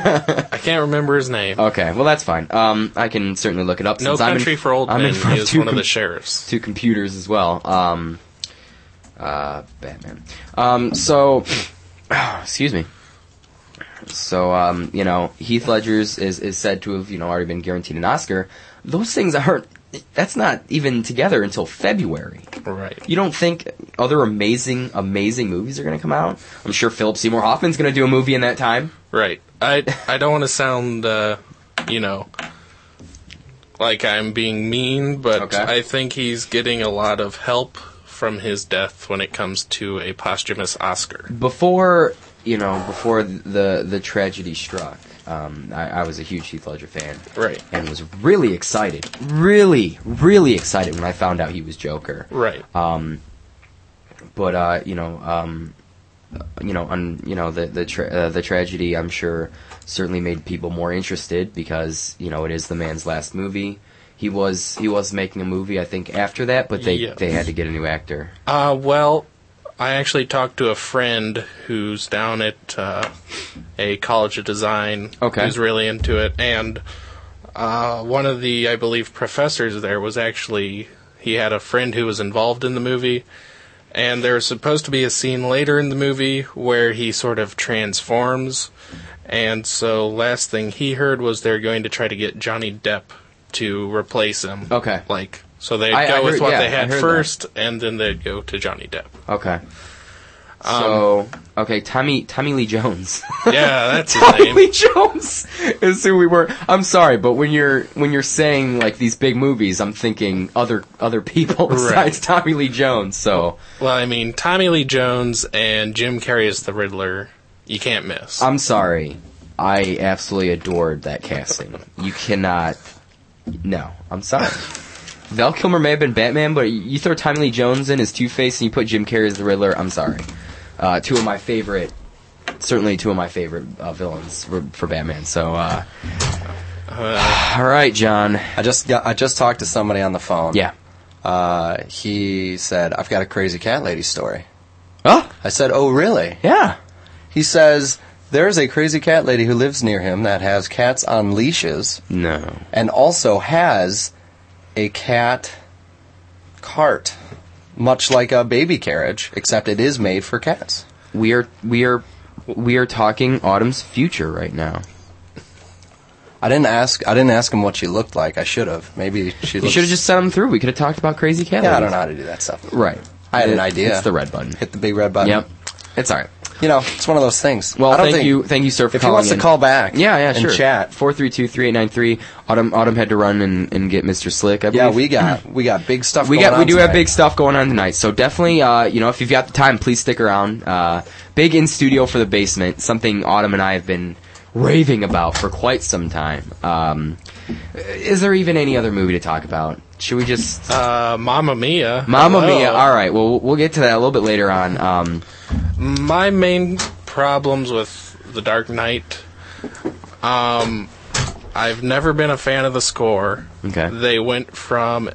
S4: I can't remember his name.
S3: okay, well that's fine. Um, I can certainly look it up.
S4: no
S3: Oh, since I'm in-
S4: Country for Old
S3: I'm in
S4: Men.
S3: front
S4: He was
S3: two
S4: one of
S3: com-
S4: the sheriffs.
S3: two computers as well. Um, uh, Batman. Um, so, excuse me. So, um, you know, Heath Ledger's is, is said to have, you know, already been guaranteed an Oscar. Those things aren't, that's not even together until February.
S4: Right.
S3: You don't think other amazing, amazing movies are going to come out? I'm sure Philip Seymour Hoffman's going to do a movie in that time.
S4: Right. I I don't want to sound, uh, you know, like I'm being mean, but
S3: Okay.
S4: I think he's getting a lot of help from his death when it comes to a posthumous Oscar.
S3: before you know before the the tragedy struck um, I, I was a huge Heath Ledger fan
S4: Right.
S3: and was really excited really really excited when I found out he was Joker
S4: Right.
S3: but uh, you know um, you know, un, you know the the tra- uh, the tragedy. I'm sure certainly made people more interested because you know it is the man's last movie. He was he was making a movie, I think, after that, but they
S4: Yes.
S3: they had to get a new actor.
S4: Uh, well, I actually talked to a friend who's down at uh, a college of design.
S3: Okay.
S4: Who's really into it, and uh, one of the I believe professors there was actually he had a friend who was involved in the movie, and there was supposed to be a scene later in the movie where he sort of transforms, and so last thing he heard was they're going to try to get Johnny Depp to replace him.
S3: Okay.
S4: Like. So they
S3: I-
S4: go
S3: I
S4: with
S3: heard-
S4: what
S3: yeah,
S4: they
S3: I
S4: had
S3: heard that.
S4: first, and then they'd go to Johnny Depp.
S3: Okay.
S4: Um,
S3: So okay, Tommy Tommy Lee Jones.
S4: Yeah, that's his
S3: Tommy
S4: name.
S3: Lee Jones is who we were. I'm sorry, but when you're when you're saying like these big movies, I'm thinking other other people besides Tommy Lee Jones. So
S4: Well, I mean, Tommy Lee Jones and Jim Carrey as the Riddler. You can't miss.
S3: I'm sorry. I absolutely adored that casting. You cannot. No, I'm sorry. Val Kilmer may have been Batman, but you throw Tommy Lee Jones in as Two Face and you put Jim Carrey as the Riddler. I'm sorry. Uh, two of my favorite, certainly two of my favorite uh, villains for, for Batman. So, uh, all right, John.
S1: I just got, I just talked to somebody on the phone.
S3: Yeah.
S1: Uh, he said, "I've got a crazy cat lady story."
S3: Oh,
S1: I said, "Oh, really?"
S3: yeah.
S1: He says, "There's a crazy cat lady who lives near him that has cats on leashes
S3: No.
S1: and also has a cat cart, much like a baby carriage, except it is made for cats."
S3: We are we are we are talking autumn's future right now.
S1: I didn't ask. I didn't ask him what she looked like. I should have. Maybe she.
S3: You
S1: looks-
S3: should have just sent them through. We could have talked about crazy cat.
S1: Yeah, I
S3: ladies.
S1: don't know how to do that stuff.
S3: Right.
S1: I had an
S3: It-
S1: idea.
S3: It's the red button.
S1: Hit the big red button.
S3: Yep. It's all right.
S1: You know, it's one of those things.
S3: Well,
S1: I don't
S3: thank
S1: think-
S3: you, thank you, sir, for
S1: If he
S3: calling
S1: wants
S3: in.
S1: to call back,
S3: Yeah, yeah, sure.
S1: and chat.
S3: four three two three eight nine three. Autumn, Autumn had to run and, and get Mr. Slick. I
S1: Yeah,
S3: believe.
S1: we got we got big stuff.
S3: we
S1: going
S3: got we
S1: on
S3: do have
S1: tonight.
S3: big stuff going on tonight. So definitely, uh, you know, if you've got the time, please stick around. Uh, big in studio for the basement, something Autumn and I have been raving about for quite some time. Um, is there even any other movie to talk about? Should we just
S4: Uh, Mamma Mia.
S3: Mamma
S4: Hello.
S3: Mia? All right. Well, we'll get to that a little bit later on. Um,
S4: My main problems with The Dark Knight. Um, I've never been a fan of the score.
S3: Okay.
S4: They went from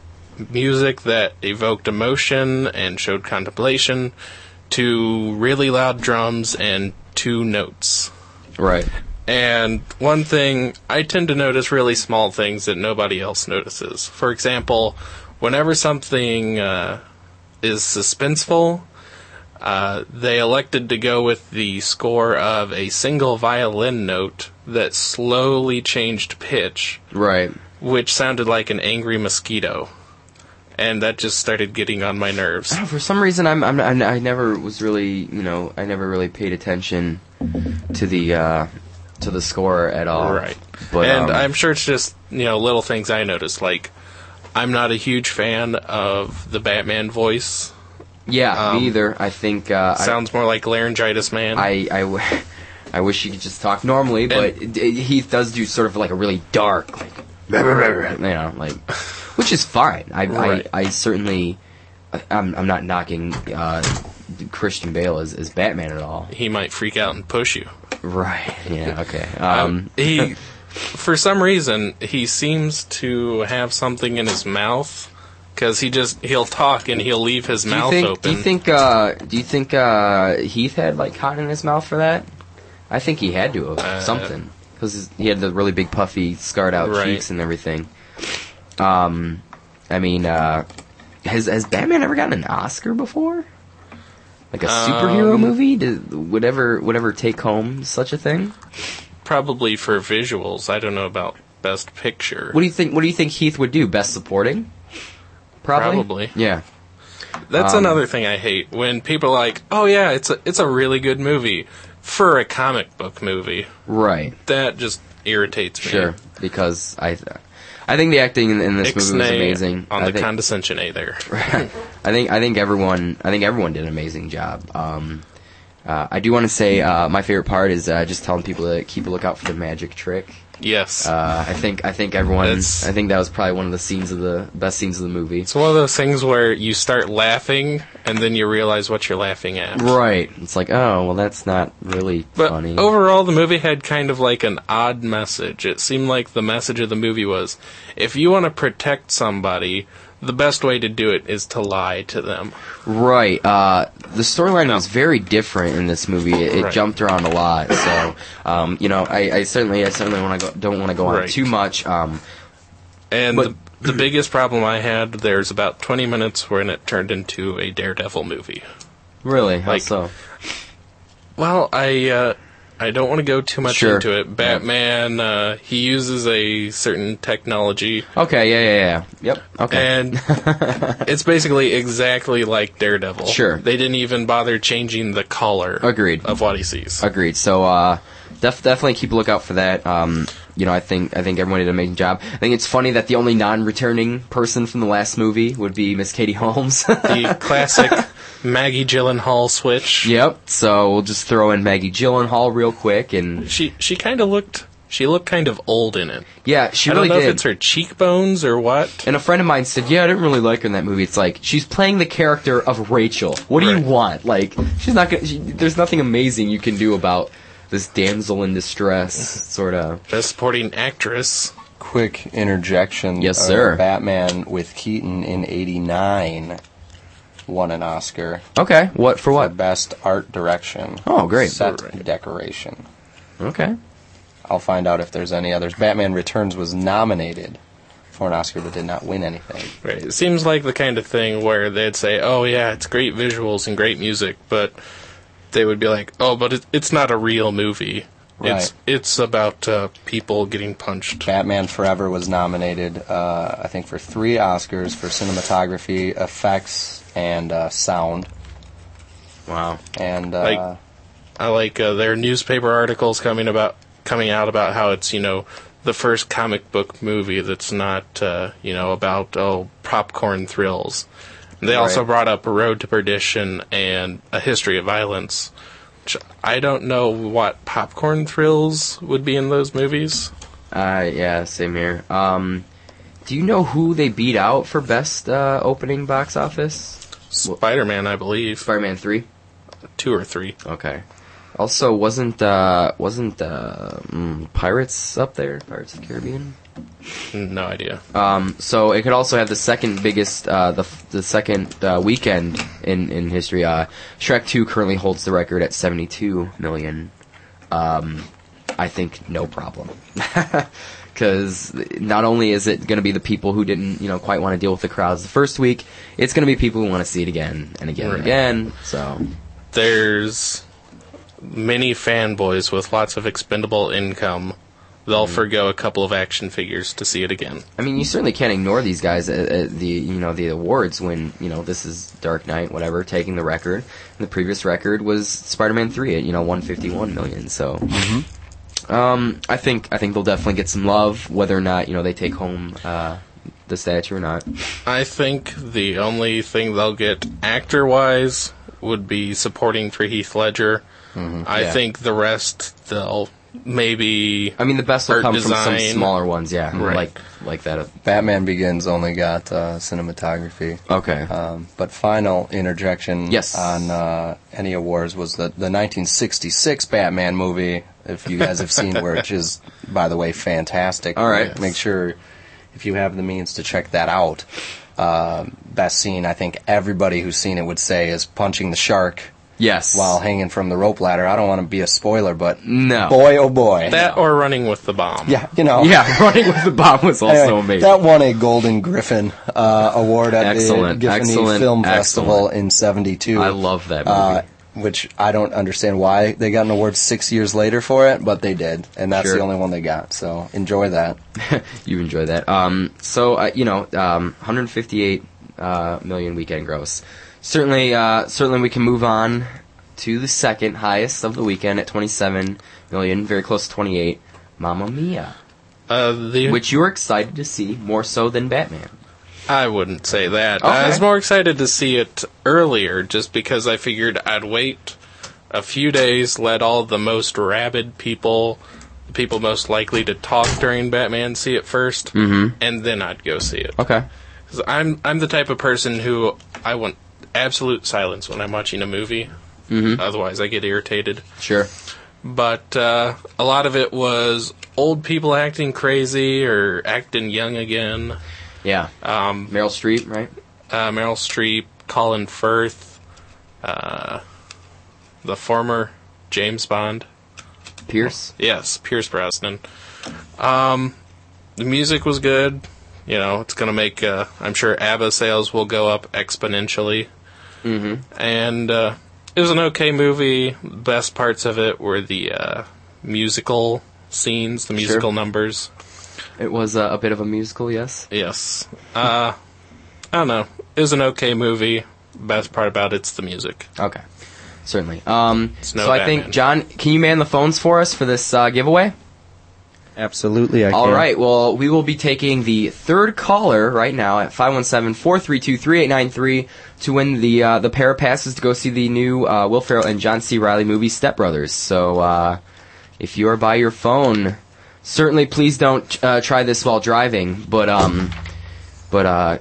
S4: music that evoked emotion and showed contemplation to really loud drums and two notes.
S3: right.
S4: And one thing I tend to notice really small things that nobody else notices. For example, whenever something uh, is suspenseful, uh, they elected to go with the score of a single violin note that slowly changed pitch,
S3: Right.
S4: which sounded like an angry mosquito. And that just started getting on my nerves.
S3: Oh, for some reason, I'm, I'm, I'm I never was really you know I never really paid attention to the uh, to the score at all.
S4: Right.
S3: But,
S4: and
S3: um,
S4: I'm sure it's just, you know, little things I noticed. Like, I'm not a huge fan of the Batman voice.
S3: yeah,
S4: um,
S3: me either. I think uh,
S4: Sounds more like Laryngitis Man.
S3: I, I, I, w- I wish he could just talk normally, but it, it, Heath does do sort of like a really dark, like you know, like which is fine. I
S4: Right.
S3: I, I certainly I- I'm I'm not knocking uh, Christian Bale as, as Batman at all.
S4: he might freak out and push you.
S3: Right. Yeah. Okay.
S4: Um,
S3: Um.
S4: he, for some reason, he seems to have something in his mouth because he just he'll talk and he'll leave his
S3: do you
S4: mouth
S3: think,
S4: open.
S3: Do you think? Uh, do you think uh, Heath had like cotton in his mouth for that? I think he had to have
S4: Uh,
S3: something because he had the really big puffy, scarred out
S4: Right.
S3: cheeks and everything. Um, I mean, uh, has has Batman ever gotten an Oscar before? Like a superhero
S4: Um,
S3: movie? Did, would ever would ever take home such a thing?
S4: Probably for visuals. I don't know about best picture.
S3: What do you think? What do you think Heath would do? Best supporting? Probably.
S4: Probably.
S3: Yeah.
S4: That's
S3: Um,
S4: another thing I hate when people are like, "Oh yeah, it's a it's a really good movie for a comic book movie."
S3: Right.
S4: That just irritates me.
S3: Sure, because I, th- I think the acting in, in this movie was
S4: Ixnay
S3: amazing.
S4: on
S3: I
S4: the
S3: think,
S4: condescension a there.
S3: I think I think everyone I think everyone did an amazing job. Um, uh, I do want to say uh, my favorite part is uh, just telling people to keep a lookout for the magic trick.
S4: Yes.
S3: Uh, I think I think everyone.
S4: That's-
S3: I think that was probably one of the scenes of the best scenes of the movie.
S4: it's one of those things where you start laughing and then you realize what you're laughing at.
S3: Right. It's like, oh, well, that's not really
S4: But
S3: funny.
S4: overall, the movie had kind of like an odd message. It seemed like the message of the movie was if you want to protect somebody, the best way to do it is to lie to them.
S3: Right. Uh, the storyline was very different in this movie. It, it
S4: Right.
S3: jumped around a lot. So, um, you know, I, I certainly, I certainly want to go, don't want to go on
S4: Right.
S3: too much. Um,
S4: And
S3: But-
S4: the, the biggest problem I had, there's about 20 minutes when it turned into a Daredevil movie.
S3: really, how
S4: Like,
S3: so?
S4: Well, I uh, I don't want to go too much
S3: Sure.
S4: into it. Batman, uh, he uses a certain technology,
S3: Okay. Yeah. Yeah. Yeah. Yep. Okay.
S4: and it's basically exactly like Daredevil.
S3: Sure.
S4: they didn't even bother changing the color.
S3: Agreed.
S4: Of what he sees.
S3: Agreed. So uh, def- definitely keep a lookout for that. Um, you know, I think I think everyone did an amazing job. I think it's funny that the only non-returning person from the last movie would be Miss Katie Holmes.
S4: the classic Maggie Gyllenhaal switch.
S3: yep. So we'll just throw in Maggie Gyllenhaal real quick, and
S4: she she kind of looked she looked kind of old in it.
S3: yeah, she
S4: I don't
S3: really
S4: know
S3: did.
S4: if it's her cheekbones or what.
S3: And a friend of mine said, "Yeah, I didn't really like her in that movie. It's like she's playing the character of Rachel. What do you
S4: Right.
S3: want? Like she's not gonna. She, there's nothing amazing you can do about this damsel in distress, sort of.
S4: Best supporting actress.
S1: Quick interjection.
S3: Yes,
S1: uh,
S3: sir.
S1: Batman with Keaton in '89 won an Oscar
S3: Okay, what for
S1: for
S3: what?
S1: best art direction.
S3: Oh, great.
S1: Set decoration.
S3: Okay,
S1: I'll find out if there's any others. Batman Returns was nominated for an Oscar but did not win anything.
S4: Right. It seems like the kind of thing where they'd say, "Oh yeah, it's great visuals and great music," but they would be like, "Oh, but it, it's not a real movie. It's
S1: Right.
S4: it's about uh, people getting punched."
S1: Batman Forever was nominated, uh, I think, for three Oscars for cinematography, effects, and uh, sound.
S3: wow.
S1: And uh,
S4: Like- I like uh, there are newspaper articles coming about coming out about how it's you know the first comic book movie that's not uh, you know about oh popcorn thrills. And they also
S1: Right.
S4: brought up Road to Perdition and A History of Violence. Which I don't know what popcorn thrills would be in those movies.
S3: Uh, yeah, same here. Um, do you know who they beat out for best uh, opening box office?
S4: Spider Man, I believe,
S3: Spider-Man Three.
S4: two or three.
S3: Okay. Also, wasn't uh, wasn't uh, mm, Pirates up there? Pirates of the Caribbean.
S4: No idea.
S3: Um, so it could also have the second biggest, uh, the the second uh, weekend in in history. Uh, Shrek Two currently holds the record at seventy two million. Um, I think no problem, because not only is it going to be the people who didn't, you know, quite want to deal with the crowds the first week, it's going to be people who want to see it again and again
S4: Right.
S3: and again. So
S4: there's many fanboys with lots of expendable income.
S3: Hmm.
S4: They'll forgo a couple of action figures to see it again.
S3: I mean, you certainly can't ignore these guys at, at the you know the awards when you know this is Dark Knight, whatever, taking the record. And the previous record was Spider-Man three at you know 151 million. So,
S1: Mm-hmm.
S3: um, I think I think they'll definitely get some love, whether or not you know they take home uh, the statue or not.
S4: I think the only thing they'll get actor wise would be supporting for Heath Ledger. I
S3: Mm-hmm. yeah.
S4: think the rest they'll maybe
S3: I mean, the best will
S4: Art
S3: come from some
S4: design.
S3: smaller ones, yeah,
S4: Right.
S3: like like that. Of,
S1: Batman Begins only got uh, cinematography.
S3: okay,
S1: Um, but final interjection
S3: Yes.
S1: on uh, any awards was the, the 1966 Batman movie, if you guys have seen, which is, by the way, fantastic.
S3: All right.
S1: Make sure, if you have the means, to check that out. Uh, best scene, I think everybody who's seen it would say, is punching the shark
S3: yes.
S1: while hanging from the rope ladder. I don't want to be a spoiler, but
S3: no.
S1: boy, oh boy.
S4: that or running with the bomb.
S1: yeah, you know.
S3: Yeah, running with the bomb was also
S1: Anyway,
S3: amazing.
S1: That won a Golden Griffin uh, award at
S3: Excellent,
S1: the Giffany
S3: excellent,
S1: Film Festival
S3: excellent.
S1: in '72.
S3: I love that movie.
S1: Uh, which I don't understand why they got an award six years later for it, but they did, and that's
S3: Sure.
S1: the only one they got. So enjoy that.
S3: you enjoy that. Um, so uh, you know, um, 158 uh, million weekend gross. Certainly, uh, certainly we can move on to the second highest of the weekend at 27 million, very close to 28. Mamma Mia,
S4: Uh, the,
S3: which you were excited to see more so than Batman.
S4: I wouldn't say that.
S3: Okay.
S4: I was more excited to see it earlier just because I figured I'd wait a few days, let all the most rabid people, the people most likely to talk during Batman see it 1st and then I'd go see it.
S3: Mm-hmm. Okay.
S4: 'Cause I'm I'm the type of person who I want absolute silence when I'm watching a movie.
S3: Mm-hmm.
S4: Otherwise, I get irritated.
S3: Sure.
S4: But uh, a lot of it was old people acting crazy or acting young again.
S3: Yeah. Um, Meryl Streep, right?
S4: Uh, Meryl Streep, Colin Firth, uh, the former James Bond.
S3: Pierce.
S4: Yes, Pierce Brosnan. Um, the music was good. You know, it's going to make, uh, I'm sure ABBA sales will go up exponentially. Mm-hmm. And uh, it was an okay movie. Best parts of it were the uh, musical scenes, the musical numbers.
S3: It was uh, a bit of a musical, yes.
S4: Yes. Uh, I don't know. It was an okay movie. Best part about it's the music.
S3: Okay. Certainly. Um,
S4: no
S3: so I think
S4: Batman.
S3: John, can you man the phones for us for this uh, giveaway?
S1: Absolutely, I
S3: All
S1: can.
S3: right. Well, we will be taking the third caller right now at 517-432-3893 to win the uh, the pair of passes to go see the new uh, Will Ferrell and John C. Riley movie Step Brothers. So uh, if you are by your phone, certainly please don't uh, try this while driving. But um, but uh,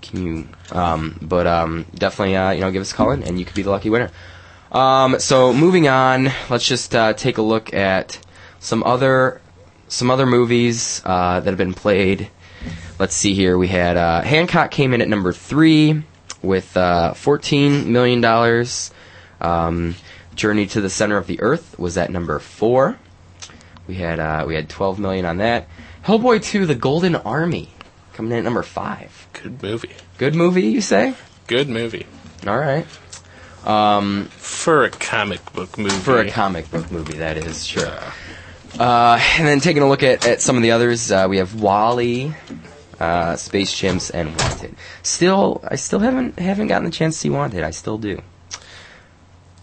S3: can you um, but um, definitely uh, you know give us a call in and you could be the lucky winner. Um, so moving on, let's just uh, take a look at some other some other movies uh, that have been played. Let's see here. We had uh, Hancock came in at number three with uh, fourteen million dollars. Um, Journey to the Center of the Earth was at number four. We had uh, we had twelve million on that. Hellboy two: The Golden Army coming in at number five.
S4: Good movie.
S3: Good movie, you say?
S4: Good movie.
S3: All right.
S4: For a comic book movie.
S3: for a comic book movie that is sure uh, and then taking a look at, at some of the others uh, we have wally uh, space chimps and wanted still i still haven't haven't gotten the chance to see wanted i still do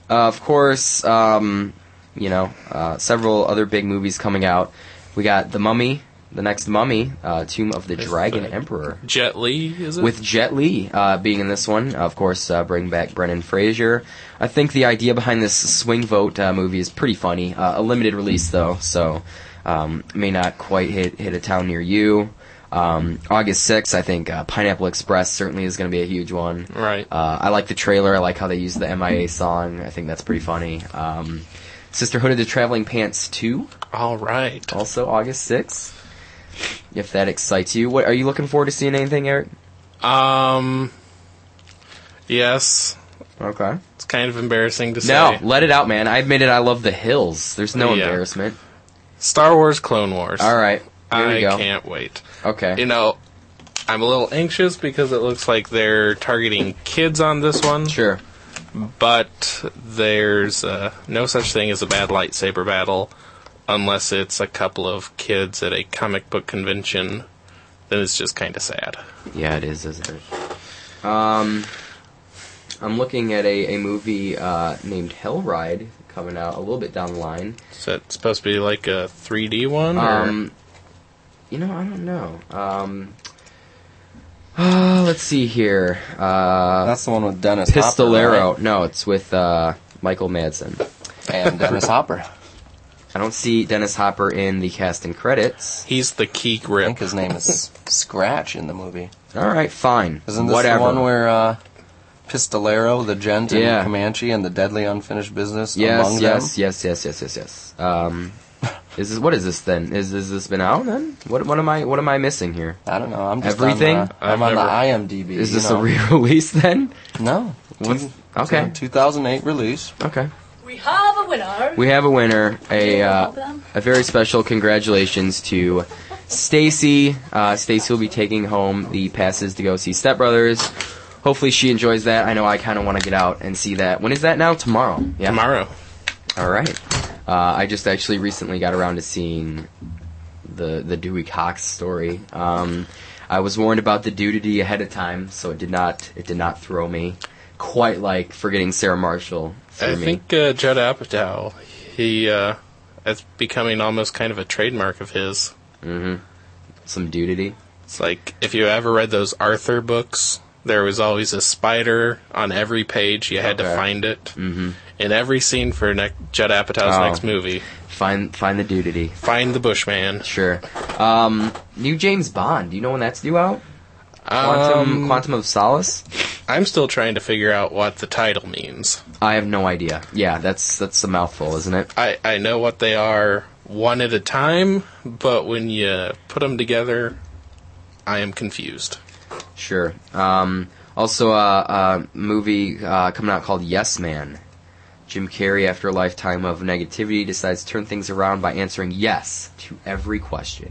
S3: uh, of course um, you know uh, several other big movies coming out we got the mummy the next mummy uh, tomb of the dragon
S4: uh,
S3: emperor
S4: Jet Li, is it?
S3: with Jet Li uh, being in this one. Of course, uh, bring back Brennan Fraser. I think the idea behind this swing vote uh, movie is pretty funny. Uh, a limited release though, so um, may not quite hit hit a town near you. Um, August 6th, I think uh, Pineapple Express certainly is going to be a huge one.
S4: Right.
S3: Uh, I like the trailer. I like how they use the MIA song. I think that's pretty funny. Um, Sisterhood of the Traveling Pants 2,
S4: All right.
S3: also August 6th. If that excites you, what are you looking forward to seeing anything, Eric?
S4: Um. Yes,
S3: Okay.
S4: it's kind of embarrassing to say.
S3: No, let it out, man. I admitted I love the hills. There's no
S4: Yeah.
S3: embarrassment.
S4: Star Wars Clone Wars.
S3: All right. Here
S4: I
S3: we go.
S4: can't wait.
S3: Okay.
S4: You know, I'm a little anxious because it looks like they're targeting kids on this one.
S3: sure.
S4: But there's uh, no such thing as a bad lightsaber battle unless it's a couple of kids at a comic book convention. Then it's just kind of sad.
S3: Yeah, it is, isn't it? Um, I'm looking at a, a movie uh, named Hellride coming out a little bit down the line.
S4: Is that supposed to be like a 3D one? or-
S3: Um, you know, I don't know. Um, uh, let's see here. Uh,
S1: That's the one with Dennis
S3: Pistolero.
S1: Hopper,
S3: No, it's with uh, Michael Madsen.
S1: right? and Dennis Hopper. I
S3: I don't see Dennis Hopper in the cast and credits.
S4: He's the key
S1: think
S4: grip.
S1: his name is Scratch in the movie.
S3: All right, fine.
S1: Isn't this
S3: Whatever.
S1: the one where uh, Pistolero, the Gent, and
S3: Yeah.
S1: Comanche, and the Deadly Unfinished Business
S3: Yes,
S1: among
S3: yes,
S1: them?
S3: yes, yes, yes, yes, yes. Um, is this what is this then? Is, is this been out then? What what am I what am I missing here?
S1: I don't know. I'm just
S3: Everything?
S1: On the, I'm
S4: I've never-
S1: on the IMDb.
S3: Is
S1: you
S3: this
S1: know.
S3: a re-release then?
S1: No. Two-
S3: okay.
S1: two- 2008 release.
S3: Okay,
S7: We have a winner.
S3: we have a winner. A uh,
S7: Welcome.
S3: a very special congratulations to Stacy. Uh, Stacy will be taking home the passes to go see Step Brothers. Hopefully she enjoys that. I know I kind of want to get out and see that. When is that now? Tomorrow. Yeah.
S4: Tomorrow.
S3: All right. Uh, I just actually recently got around to seeing the the Dewey Cox story. Um, I was warned about the nudity ahead of time, so it did not it did not throw me quite like forgetting Sarah Marshall threw
S4: I
S3: me.
S4: think uh, Judd Apatow, he uh, it's becoming almost kind of a trademark of his.
S3: Some nudity.
S4: It's like if you ever read those Arthur books, there was always a spider on every page. You had
S3: Okay.
S4: to find it. Mm-hmm. in every scene for ne- Judd Apatow's
S3: Oh.
S4: next movie.
S3: Find find the dudity.
S4: Find the Bushman.
S3: Sure. Um, new James Bond. Do you know when that's due out? Quantum
S4: Um,
S3: Quantum of Solace.
S4: I'm still trying to figure out what the title means.
S3: I have no idea. Yeah, that's that's a mouthful, isn't it?
S4: I, I know what they are one at a time, but when you put them together, I am confused.
S3: Sure. Um, also, uh, a movie uh, coming out called Yes Man. Jim Carrey, after a lifetime of negativity, decides to turn things around by answering yes to every question.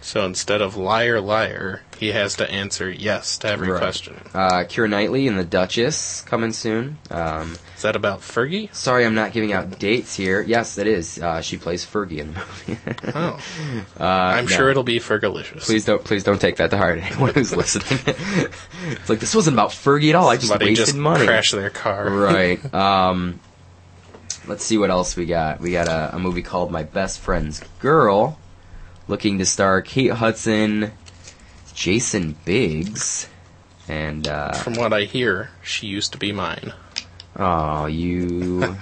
S4: So instead of liar, liar, he has to answer yes to every
S3: Right.
S4: question.
S3: Uh, Keira Knightley and The Duchess coming soon. Um,
S4: Is that about Fergie?
S3: sorry, I'm not giving out dates here. Yes, it is. Uh, she plays Fergie in the movie.
S4: Oh. I'm
S3: Uh, no.
S4: sure it'll be Fergalicious.
S3: please don't, please don't take that to heart. Anyone who's listening, it's like this wasn't about Fergie at all. I just
S4: Somebody
S3: wasted
S4: just
S3: money.
S4: crash their car.
S3: right. Um, let's see what else we got. We got a, a movie called My Best Friend's Girl, looking to star Kate Hudson, Jason Biggs, and uh,
S4: From what I hear, she used to be mine.
S3: oh, you never,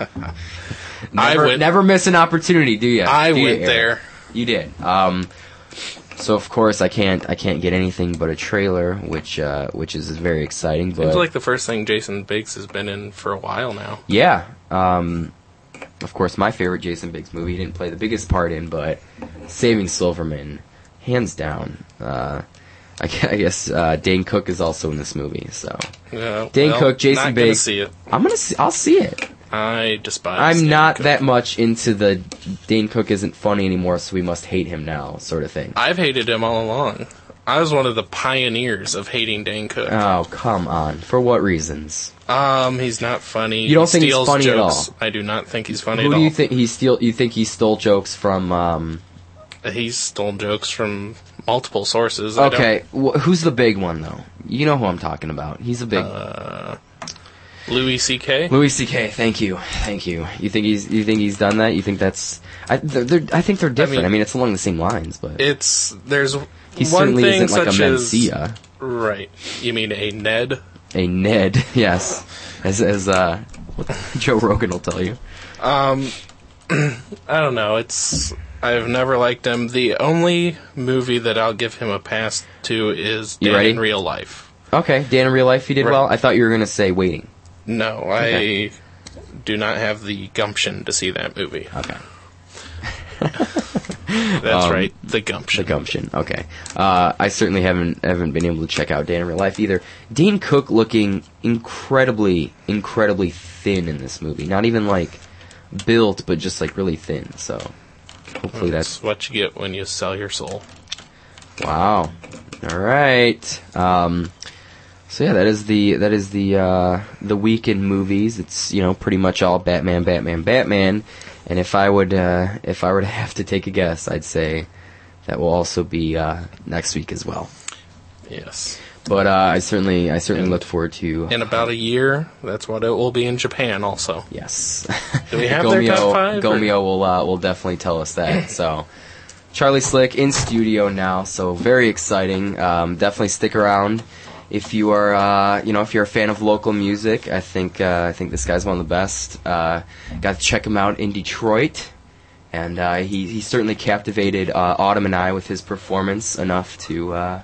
S4: I went-
S3: never miss an opportunity, do you?
S4: I went there.
S3: You did. Um, so of course I can't I can't get anything but a trailer, which uh, which is very exciting. But
S4: It's like the first thing Jason Biggs has been in for a while now.
S3: Yeah. Um, of course, my favorite Jason Biggs movie. He didn't play the biggest part in, but Saving Silverman, hands down. Uh, I gue- I guess uh, Dane Cook is also in this movie, so
S4: Uh,
S3: Dane
S4: well,
S3: Cook, Jason
S4: not gonna
S3: Biggs.
S4: see it.
S3: I'm gonna see. I'll see it.
S4: I despise.
S3: I'm
S4: Dane
S3: not
S4: Cook.
S3: that much into the Dane Cook isn't funny anymore, so we must hate him now, sort of thing.
S4: I've hated him all along. I was one of the pioneers of hating Dane Cook.
S3: Oh come on! For what reasons?
S4: um, he's not funny.
S3: You don't
S4: He
S3: think he's
S4: steals
S3: funny at
S4: jokes.
S3: all?
S4: I do not think he's funny
S3: Who
S4: at
S3: do
S4: all.
S3: you think he steal? You think he stole jokes from? Um,
S4: he's stolen jokes from multiple sources. I don't-
S3: okay, wh- who's the big one though? You know who I'm talking about. He's a
S4: Uh,
S3: big.
S4: Louis C.K.
S3: Louis C.K. Thank you, thank you. You think he's you think he's done that? You think that's I they're, they're, I think they're different. I mean,
S4: mean-
S3: it's along the same lines, but
S4: It's there's
S3: he
S4: one
S3: certainly
S4: thing
S3: isn't like a
S4: such as
S3: Mencia,
S4: right. You mean a Ned?
S3: a Ned. Yes, as as uh, what Joe Rogan will tell you.
S4: I don't know. It's I've never liked him. The only movie that I'll give him a pass to is
S3: You
S4: Dan
S3: ready?
S4: in Real Life.
S3: Okay, Dan in real life he did
S4: Right.
S3: well. I thought you were gonna say waiting.
S4: No,
S3: Okay.
S4: I do not have the gumption to see that movie.
S3: Okay,
S4: That's
S3: Um,
S4: right, the gumption.
S3: the gumption. Okay, uh, I certainly haven't haven't been able to check out Dan in real life either. Dean Cook looking incredibly incredibly thin in this movie. Not even like built, but just like really thin. So hopefully that's
S4: That's what you get when you sell your soul.
S3: Wow. All right. Um, so yeah, that is the that is the uh, the week in movies. It's you know pretty much all Batman, Batman, Batman. And if I would uh, if I were to have to take a guess, I'd say that will also be uh, next week as well.
S4: Yes.
S3: But uh, I certainly I certainly look forward to
S4: In about a year, that's what it will be in Japan also.
S3: yes.
S4: Do we have their top five? or-
S3: Gomeo will uh, will definitely tell us that. So, Charlie Slick in studio now, so very exciting. Um, definitely stick around if you are uh, you know if you're a fan of local music. I think uh, I think this guy's one of the best. Uh, got to check him out in Detroit, and uh, he he certainly captivated uh, Autumn and I with his performance enough to. Uh,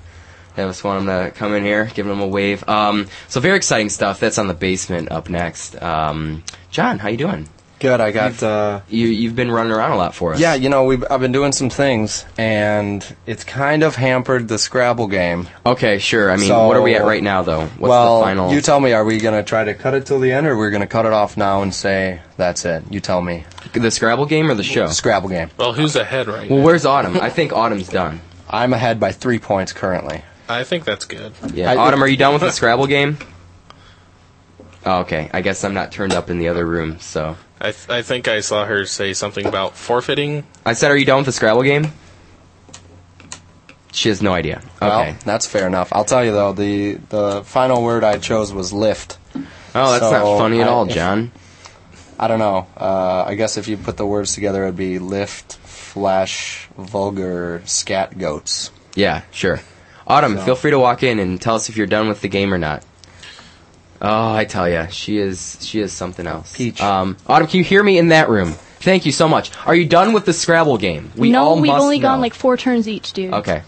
S3: have us want him to come in here, give him a wave. Um, so very exciting stuff. That's on the basement up next. Um, John, how you doing?
S1: Good. I got. Uh,
S3: You you've been running around a lot for us.
S1: yeah, you know, we've, I've been doing some things, and it's kind of hampered the Scrabble game.
S3: Okay, sure. I mean,
S1: So-
S3: what are we at right now though? What's
S1: well,
S3: the final?
S1: you tell me. Are we gonna try to cut it till the end, or we're gonna cut it off now and say that's it? You tell me.
S3: the Scrabble game or the show?
S1: Scrabble game.
S4: Well, who's ahead right
S3: Well,
S4: now?
S3: where's Autumn? I think Autumn's done.
S1: I'm ahead by three points currently.
S4: I think that's good.
S3: Yeah.
S1: I-
S3: Autumn, are you done with the Scrabble game? Oh, okay. I guess I'm not turned up in the other room, so.
S4: I, th- I think I saw her say something about forfeiting.
S3: I said, are you done with the Scrabble game? She has no idea. Okay.
S1: Well, that's fair enough. I'll tell you though, the the final word I chose was lift.
S3: oh, that's
S1: so
S3: not funny at
S1: I-
S3: all,
S1: if-
S3: John.
S1: I don't know. Uh, I guess if you put the words together, it'd be lift, flash, vulgar, scat goats.
S3: Yeah, sure. Autumn,
S1: So-
S3: feel free to walk in and tell us if you're done with the game or not. Oh, I tell you, she is she is something else.
S1: Peach.
S3: Um, Autumn, can you hear me in that room? Thank you so much. Are you done with the Scrabble game? We
S5: no,
S3: all
S5: we've
S3: must
S5: only gone
S3: know.
S5: like four turns each, dude.
S3: Okay.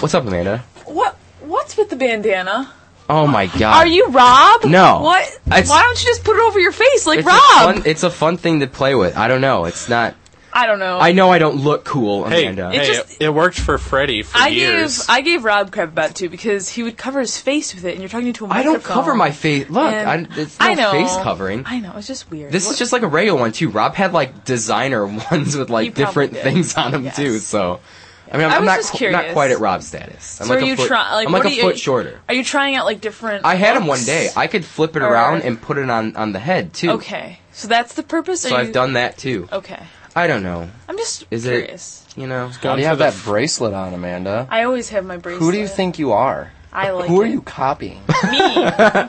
S3: What's up, Amanda?
S2: What? What's with the bandana?
S3: Oh my God.
S2: Are you Rob?
S3: No.
S2: What?
S3: It's-
S2: Why don't you just put it over your face like
S3: It's
S2: Rob?
S3: A fun, it's a fun thing to play with. I don't know. It's not.
S2: I don't know.
S3: I know I don't look cool,
S4: Hey,
S1: uh,
S3: Amanda.
S4: hey,
S2: It just-
S4: it worked for Freddy for
S2: I
S4: years.
S2: gave I gave Rob crap about too because he would cover his face with it, and you're talking to a
S3: I
S2: microphone.
S3: don't cover my face. Look, I,
S2: And-
S3: it's no
S2: I know.
S3: face covering.
S2: I know it's just weird.
S3: This is just like a regular one too. Rob had like designer ones with
S2: He
S3: like
S2: probably
S3: different
S2: did.
S3: things on them
S2: Yes.
S3: too. So, I mean, I'm,
S2: I
S3: I'm
S2: was
S3: not
S2: just
S3: qu- not
S2: curious.
S3: quite at Rob's status. I'm
S2: So
S3: like
S2: are
S3: a
S2: you
S3: foot.
S2: trying? Like,
S3: I'm like
S2: what
S3: a
S2: are you-
S3: foot shorter.
S2: Are you trying out like different?
S3: I had them one
S2: looks?
S3: day. I could flip it
S2: Or-
S3: around and put it on on the head too.
S2: okay, so that's the purpose.
S3: So
S2: or
S3: I've
S2: you-
S3: done that too.
S2: Okay,
S3: I don't know.
S2: I'm just
S3: Is it-
S2: curious.
S3: You know.
S1: Why
S4: Going
S1: do you
S4: for
S1: have
S4: the
S1: that
S4: f-
S1: bracelet on, Amanda?
S2: I always have my bracelet.
S1: Who do you think you are?
S2: I like?
S1: Who
S2: it.
S1: are you copying?
S2: Me. I'm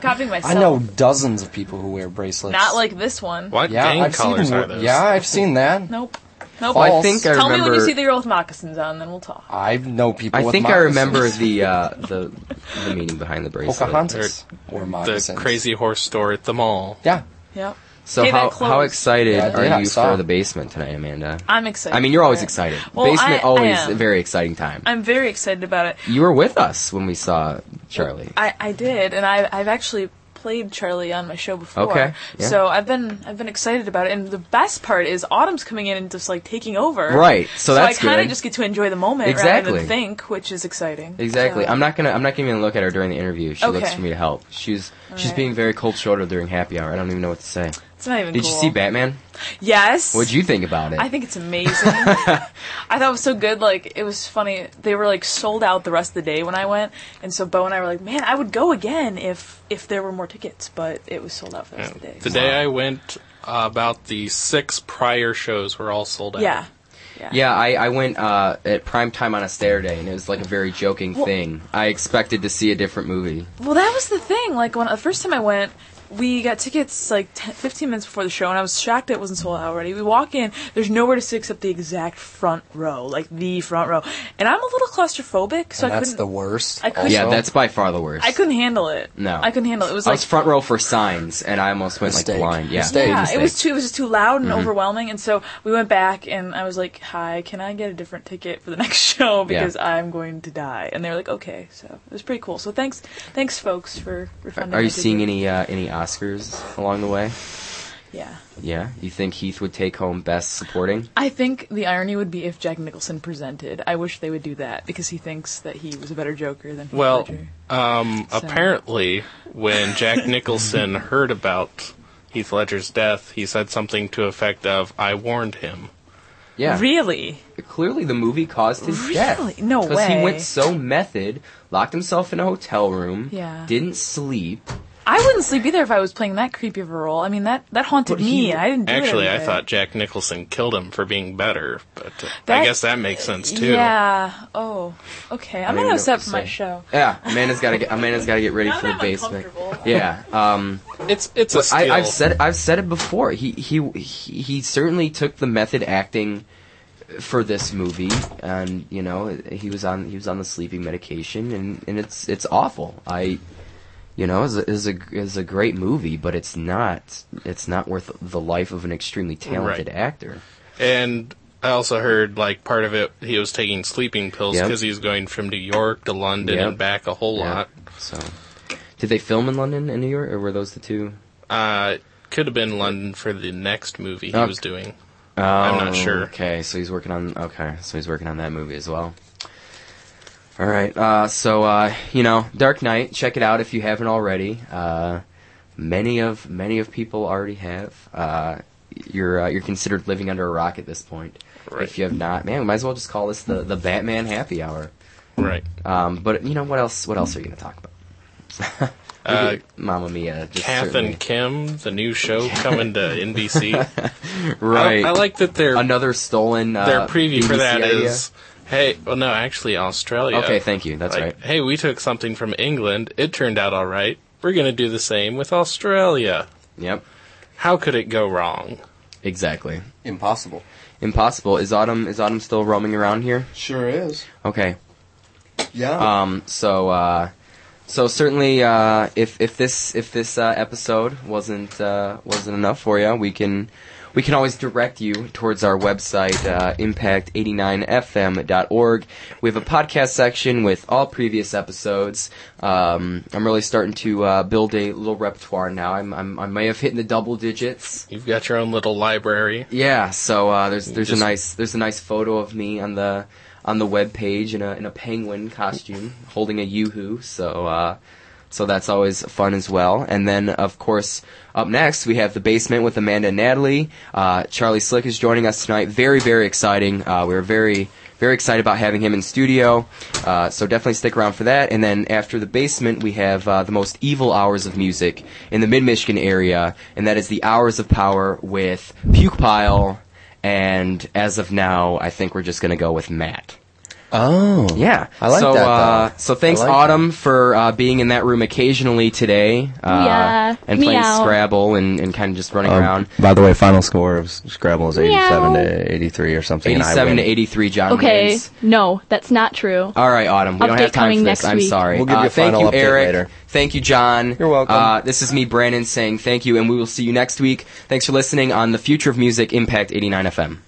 S2: copying myself.
S1: I know dozens of people who wear bracelets.
S2: Not like this one.
S4: what
S1: yeah,
S4: gang
S1: I've
S4: colors
S1: seen,
S4: are those?
S1: Yeah, I've seen that.
S2: Nope. Nope.
S1: Well,
S3: I think I
S2: Tell
S3: remember.
S2: me when you see the girl with moccasins on, then we'll talk.
S1: I know people.
S3: I
S1: with
S3: think I
S1: moccasins.
S3: remember the uh, the the meaning behind the bracelet.
S1: Pocahontas or
S4: The
S1: moccasins.
S4: crazy horse store at the mall.
S1: Yeah,
S2: Yep.
S3: So
S2: Hey,
S3: how
S2: that closed.
S3: how excited
S1: Yeah, I did,
S3: are
S1: I
S3: you
S1: saw.
S3: for the basement tonight, Amanda?
S2: I'm excited.
S3: I mean, you're always
S2: about it.
S3: excited.
S2: Well, I-
S3: basement
S2: I
S3: always
S2: am.
S3: a very exciting time.
S2: I'm very excited about it.
S3: you were with us when we saw Charlie.
S2: I, I did, and I, I've actually played Charlie on my show before.
S3: Okay, yeah.
S2: So I've been I've been excited about it, and the best part is Autumn's coming in and just like taking over.
S3: Right, so that's
S2: I kind
S3: good.
S2: of just get to enjoy the moment rather
S3: Exactly.
S2: than think, which is exciting.
S3: Exactly.
S2: So-
S3: I'm not gonna. I'm not gonna even look at her during the interview. She looks
S2: Okay.
S3: for me to help. She's she's
S2: right.
S3: being very cold shouldered during happy hour. I don't even know what to say.
S2: it's not even.
S3: Did you
S2: cool.
S3: see Batman?
S2: Yes.
S3: What'd you think about it?
S2: I think it's amazing. I thought it was so good. Like it was funny. They were like sold out the rest of the day when I went, and so Bo and I were like, "Man, I would go again if if there were more tickets." But it was sold out for the rest of the day.
S4: The day I went, uh, about the six prior shows were all sold out.
S2: yeah.
S3: yeah, I, I went uh, at prime time on a Saturday, and it was like a very joking
S2: Well-
S3: thing. I expected to see a different movie.
S2: Well, that was the thing. Like when the first time I went, we got tickets like 10, 15 minutes before the show, and I was shocked it wasn't sold out already. We walk in, there's nowhere to sit except the exact front row, like the front row, and I'm a little claustrophic, so
S1: and
S2: I
S1: that's
S2: couldn't.
S1: the worst.
S2: I couldn't-
S3: Yeah,
S1: also.
S3: that's by far the worst.
S2: I couldn't handle it.
S3: No.
S2: I couldn't handle it. It was
S3: I
S2: like
S3: was front row for signs, and I almost went like
S1: Mistake.
S3: blind. Yeah,
S1: Mistake.
S2: Yeah,
S3: Mistake.
S2: it was too. It was just too loud
S3: Mm-hmm.
S2: and overwhelming, and so we went back, and I was like, "Hi, can I get a different ticket for the next show because I'm going to die?" And they were like, "Okay." So it was pretty cool. So thanks, thanks, folks, for refunding.
S3: Are
S2: my
S3: you seeing
S2: ticket.
S3: any uh, any Oscars along the way?
S2: Yeah,
S3: Yeah, you think Heath would take home Best Supporting?
S2: I think the irony would be if Jack Nicholson presented. I wish they would do that because he thinks that he was a better Joker than Heath
S4: Well,
S2: Ledger.
S4: um, apparently, when Jack Nicholson heard about Heath Ledger's death, he said something to effect of, "I warned him."
S3: Yeah,
S2: Really?
S3: clearly the movie caused his death.
S2: Really? No
S3: Because he
S2: way.
S3: went so method, locked himself in a hotel room.
S2: Yeah.
S3: Didn't sleep.
S2: I wouldn't sleep either if I was playing that creepy of a role. I mean, that that haunted
S3: But
S2: me.
S3: he-
S2: and I didn't. Do it
S4: Actually, I
S2: every day.
S4: thought Jack Nicholson killed him for being better, but uh,
S2: That-
S4: I guess that makes sense too.
S2: Yeah. Oh. Okay.
S3: don't even
S2: I'm
S3: know
S2: gonna
S3: what
S2: upset
S3: to
S2: for my
S3: say.
S2: show.
S3: Yeah, Amanda's got to get Amanda's got to get ready for the
S2: I'm
S3: basement.
S2: uncomfortable.
S3: Yeah. Um.
S4: It's it's a
S3: I,
S4: steal.
S3: I've said it- I've said it before. He, he he he certainly took the method acting for this movie, and you know he was on he was on the sleeping medication, and, and it's it's awful. I you know is is a is a great movie, but it's not it's not worth the life of an extremely talented
S4: Right.
S3: actor.
S4: And I also heard like part of it he was taking sleeping pills
S3: Yep.
S4: because he was going from New York to London
S3: Yep.
S4: and back a whole lot.
S3: So did they film in London and New York, or were those the two?
S4: Uh, could have been London for the next movie he
S3: Okay.
S4: was doing. I'm not
S3: Oh.
S4: sure.
S3: Um, Okay, so he's working on okay, so he's working on that movie as well. All right, uh, so uh, you know, Dark Knight, check it out if you haven't already. Uh, many of many of people already have. Uh, you're uh, you're considered living under a rock at this point.
S4: Right.
S3: If you have not, man, we might as well just call this the the Batman Happy Hour.
S4: Right.
S3: Um, but you know what else? What else are you going to talk about?
S4: Uh,
S3: Mamma Mia, just
S4: Kath
S3: certainly-
S4: and Kim, the new show coming to NBC.
S3: right.
S4: I, I like that their
S3: another stolen. Uh,
S4: their preview for
S3: BBC
S4: that is
S3: idea.
S4: hey, well no, actually Australia.
S3: Okay, thank you. That's
S4: like,
S3: right.
S4: Hey, we took something from England. It turned out all right. We're gonna do the same with Australia.
S3: Yep,
S4: How could it go wrong?
S3: exactly.
S1: impossible.
S3: Impossible. Is Autumn is Autumn still roaming around here?
S1: Sure is.
S3: Okay.
S1: Yeah.
S3: Um so uh So certainly, uh, if if this if this uh, episode wasn't uh, wasn't enough for you, we can we can always direct you towards our website, uh, impact89fm.org. We have a podcast section with all previous episodes. Um, I'm really starting to uh, build a little repertoire now. I'm, I'm I may have hit the double digits.
S4: You've got your own little library.
S3: Yeah, so uh, there's there's
S4: just-
S3: a nice there's a nice photo of me on the on the web page in a in a penguin costume holding a yoo-hoo. So uh, so that's always fun as well. And then of course up next we have the basement with Amanda and Natalie. Uh, Charlie Slick is joining us tonight. Very very exciting. Uh, we're very very excited about having him in studio. Uh, so definitely stick around for that. And then after the basement, we have uh, the most evil hours of music in the Mid Michigan area, and that is the Hours of Power with Puke Pile. And as of now, I think we're just gonna go with Matt.
S1: Oh.
S3: Yeah,
S1: I like
S3: so,
S1: that, though.
S3: Uh, so thanks,
S1: I like
S3: Autumn, for uh, being in that room occasionally today, uh,
S5: Yeah,
S3: and playing
S5: meow.
S3: Scrabble and, and kind of just
S1: Um,
S3: running around.
S1: by the way, final score of Scrabble is 87 to
S5: 87 to
S1: 83 or something.
S3: Eighty-seven to eighty-three, John.
S5: Okay,
S3: wins.
S5: no, that's not true.
S3: All right, Autumn. We don't
S5: Update
S3: have time
S5: coming
S3: for this.
S5: next
S3: I'm
S5: week.
S3: sorry.
S1: We'll give
S3: Uh,
S1: you a
S3: thank
S1: final
S3: you,
S1: update
S3: Eric.
S1: later.
S3: Thank you, John.
S1: You're welcome.
S3: Uh, this is me, Brandon, saying thank you, and we will see you next week. Thanks for listening on the Future of Music Impact 89 FM.